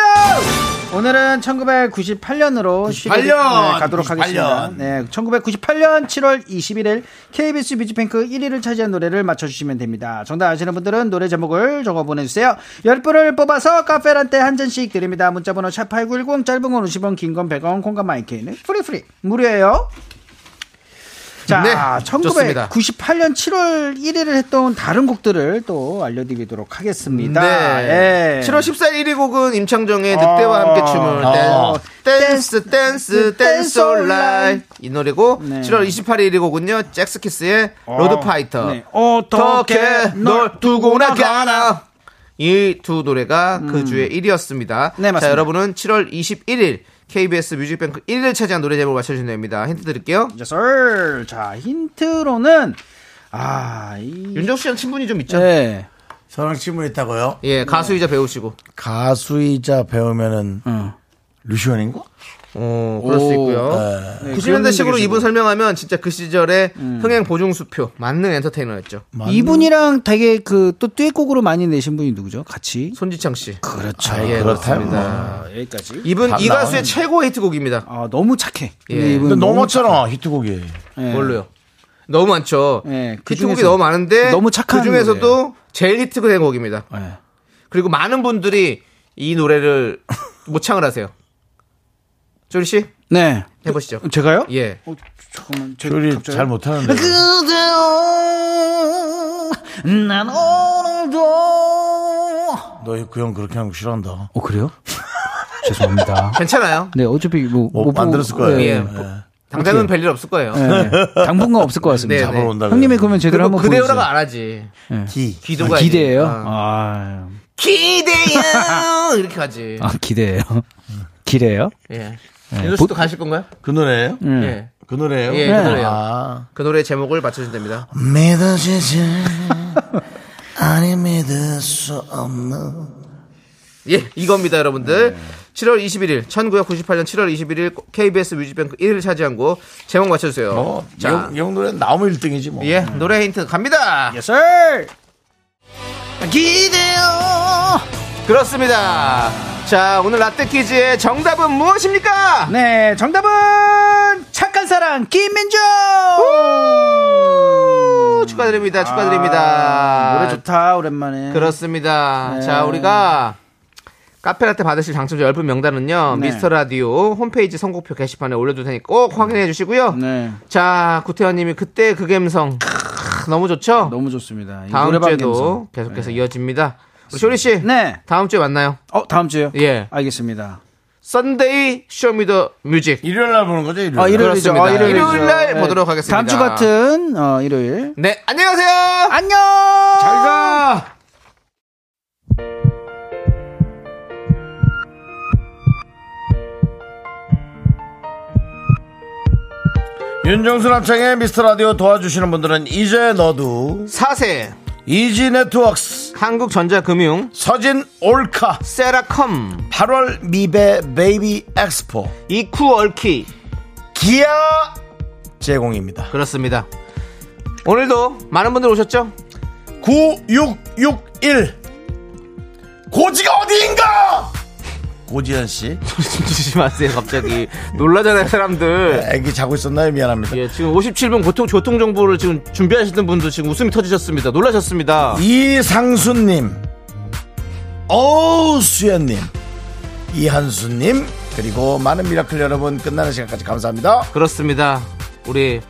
S3: 오늘은 1998년으로 네,
S1: 98년!
S3: 가도록
S1: 98년.
S3: 하겠습니다. 네, 1998년 7월 21일 KBS 뮤직뱅크 1위를 차지한 노래를 맞춰주시면 됩니다. 정답 아시는 분들은 노래 제목을 적어 보내주세요. 10분을 뽑아서 카페란테 한 잔씩 드립니다. 문자번호 샵8910 짧은 건 50원, 긴 건 100원, 공감 마이케이는 프리프리 무료예요. 자,
S2: 네,
S3: 1998년 7월 1일을 했던 다른 곡들을 또 알려드리도록 하겠습니다.
S2: 네.
S3: 예. 어.
S2: 7월 14일 1위 곡은 임창정의 늑대와 함께 춤을
S1: 어.
S2: 댄스 댄스 댄스 댄스 온라인 이 노래고
S3: 네.
S2: 7월 28일 1위 곡은요 잭스키스의 로드파이터
S3: 네. 어떻게 널 두고 나가나. 음.
S2: 이 두 노래가 그 주의 1위였습니다.
S3: 네, 맞습니다.
S2: 자, 여러분은 7월 21일 KBS 뮤직뱅크 1위를 차지한 노래 제목을 맞춰주시면 됩니다. 힌트 드릴게요.
S3: Yes, sir. 자, 힌트로는 아, 이
S2: 음. 윤정수 씨랑 친분이 좀 있죠?
S3: 네.
S1: 저랑 친분 있다고요?
S2: 예, 가수이자 배우시고.
S1: 가수이자 배우면은 루시원인가?
S2: 어, 그럴 수 있고요.
S3: 네,
S2: 90년대 식으로
S3: 그런 음.
S2: 이분 설명하면 진짜 그 시절에 흥행 보증수표, 만능 엔터테이너였죠.
S3: 이분이랑 되게 그 또 듀엣곡으로 많이 내신 분이 누구죠? 같이.
S2: 손지창 씨.
S3: 그렇죠.
S2: 아, 예,
S1: 그렇다면 뭐.
S2: 그렇습니다.
S3: 여기까지.
S2: 이분 이
S1: 나오네.
S2: 가수의 최고 히트곡입니다.
S3: 아, 너무 착해.
S2: 예.
S3: 근데 이분
S1: 근데 너무 많잖아 히트곡이.
S3: 예.
S2: 뭘로요? 너무 많죠.
S3: 예, 그
S2: 히트곡이
S3: 중에서
S2: 너무 많은데
S3: 너무 착한
S2: 그 중에서도 제일 히트된 곡입니다.
S3: 예.
S2: 그리고 많은 분들이 이 노래를 모창을 하세요. 조리 씨
S3: 네.
S2: 해보시죠.
S3: 제가요?
S2: 예.
S3: 어, 잠깐만. 제가
S1: 둘이
S3: 갑자기-
S1: 잘 못하는데.
S3: 그대여 난 오늘도
S1: 너 그 형 그렇게 하는 거 싫어한다.
S3: 어 그래요? *laughs* 죄송합니다.
S2: 괜찮아요.
S3: 네 어차피 뭐못
S1: 못 만들었을 거예요.
S2: 예.
S1: 예.
S2: 당장은 별일 없을 거예요.
S3: 당분간 없을 것
S2: 네, 네.
S3: 같습니다.
S1: 잡으러 온다.
S3: 형님이 네. 그러면 제대로
S2: 그리고
S3: 한번
S2: 그대로라가 안 하지.
S1: 예. 기.
S2: 기도가
S3: 기대예요.
S2: 이제- 아.
S3: 아,
S2: 기대요
S3: *laughs*
S2: 이렇게 가지. *laughs*
S3: 아, 네. 기대예요. 기대요?
S2: 예. 윤호 씨도 가실 건가요?
S1: 그 노래예요?
S3: 네.
S2: 예.
S1: 그 노래예요?
S2: 예, 그 노래예요.
S1: 아.
S2: 그 노래 제목을 맞춰주시면 됩니다.
S1: 믿어지지 *laughs* 아니 믿을 수 없는
S2: 예, 이겁니다, 여러분들.
S3: 네.
S2: 7월 21일, 1998년 7월 21일 KBS 뮤직뱅크 1위를 차지한 곡 제목 맞춰주세요.
S1: 어, 이
S2: 자,
S1: 형- 이 형, 노래 나오면 1등이지 뭐.
S2: 예, 노래 힌트 갑니다.
S3: Yes, sir.
S2: 기대요. 그렇습니다. 자, 오늘 라떼 퀴즈의 정답은 무엇입니까?
S3: 네, 정답은 착한 사랑 김민정.
S2: 오, 축하드립니다.
S3: 아,
S2: 축하드립니다.
S3: 노래 좋다 오랜만에.
S2: 그렇습니다.
S3: 음. 네.
S2: 자, 우리가 카페라떼 받으실 당첨자 10분 명단은요.
S3: 네. 음.
S2: 미스터 라디오 홈페이지 선곡표 게시판에 올려둘 테니까 꼭 확인해 주시고요.
S3: 네,
S2: 자, 구태현 님이 그때 그 감성. 크, 너무 좋죠?
S3: 너무 좋습니다. 이
S2: 다음
S3: 노래방
S2: 주에도
S3: 감성.
S2: 계속해서 이어집니다. 우리 쇼리 씨.
S3: 네,
S2: 다음 주에 만나요.
S3: 어 다음 주요.
S2: 예.
S3: 알겠습니다.
S2: 썬데이 쇼미더 뮤직.
S1: 일요일 날 보는 거죠, 일요일.
S3: 아, 일요일이죠.
S2: 그렇습니다.
S3: 아, 일요일이죠.
S2: 일요일 날
S3: 네.
S2: 보도록 하겠습니다.
S3: 다음 주 같은 어, 일요일.
S2: 네, 안녕하세요.
S3: 안녕.
S2: 가.
S1: 윤정수 남창의 미스터 라디오 도와주시는 분들은 이제 너도
S2: 사세
S1: 이지 네트워크스
S2: 한국전자금융
S1: 서진 올카
S2: 세라컴
S1: 8월 미베 베이비 엑스포
S2: 이쿠얼키
S1: 기아 제공입니다.
S2: 그렇습니다. 오늘도 많은 분들 오셨죠?
S1: 9661 고지가 어디인가? 고지현 씨,
S2: 숨지지 마세요, 갑자기. 놀라잖아요, 사람들.
S1: 애기 자고 있었나요? 미안합니다.
S2: 예, 지금 57분 고통, 교통정보를 지금 준비하시는 분도 지금 웃음이 터지셨습니다. 놀라셨습니다.
S1: 이상수님, 어수연님, 이한수님, 그리고 많은 미라클 여러분 끝나는 시간까지 감사합니다.
S2: 그렇습니다. 우리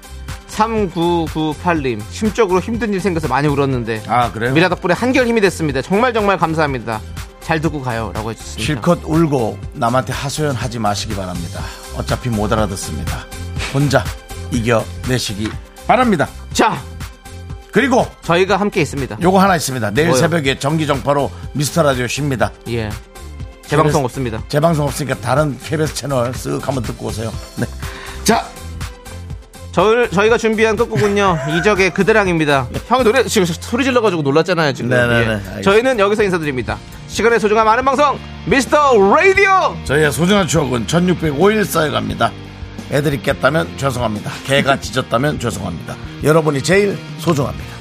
S2: 3998님, 심적으로 힘든 일 생겨서 많이 울었는데,
S1: 아, 그래요?
S2: 미라 덕분에 한결 힘이 됐습니다. 정말 정말 감사합니다. 잘 듣고 가요. 라고 해주셨습니다.
S1: 실컷 울고 남한테 하소연 하지 마시기 바랍니다. 어차피 못 알아듣습니다. 혼자 이겨내시기 바랍니다.
S2: 자,
S1: 그리고
S2: 저희가 함께 있습니다.
S1: 요거 하나 있습니다. 내일
S2: 뭐요?
S1: 새벽에 정기정파로 미스터 라디오 쉽니다.
S2: 예. 재방송 없습니다.
S1: 재방송 없으니까 다른 KBS 채널 쓱 한번 듣고 오세요. 네. 자,
S2: 저, 저희가
S1: *laughs*
S2: 준비한 끝곡은요 이적의 그대랑입니다 형이 노래 지금 소리 질러가지고 놀랐잖아요 지금
S1: 네네네,
S2: 예.
S1: 알겠습니다.
S2: 저희는 여기서 인사드립니다 시간의 소중함 아는 방송 미스터 라디오
S1: 저희의 소중한 추억은 1605일 쌓여갑니다. *laughs* 애들이 깼다면 죄송합니다. 개가 짖었다면 죄송합니다. 여러분이 제일 소중합니다.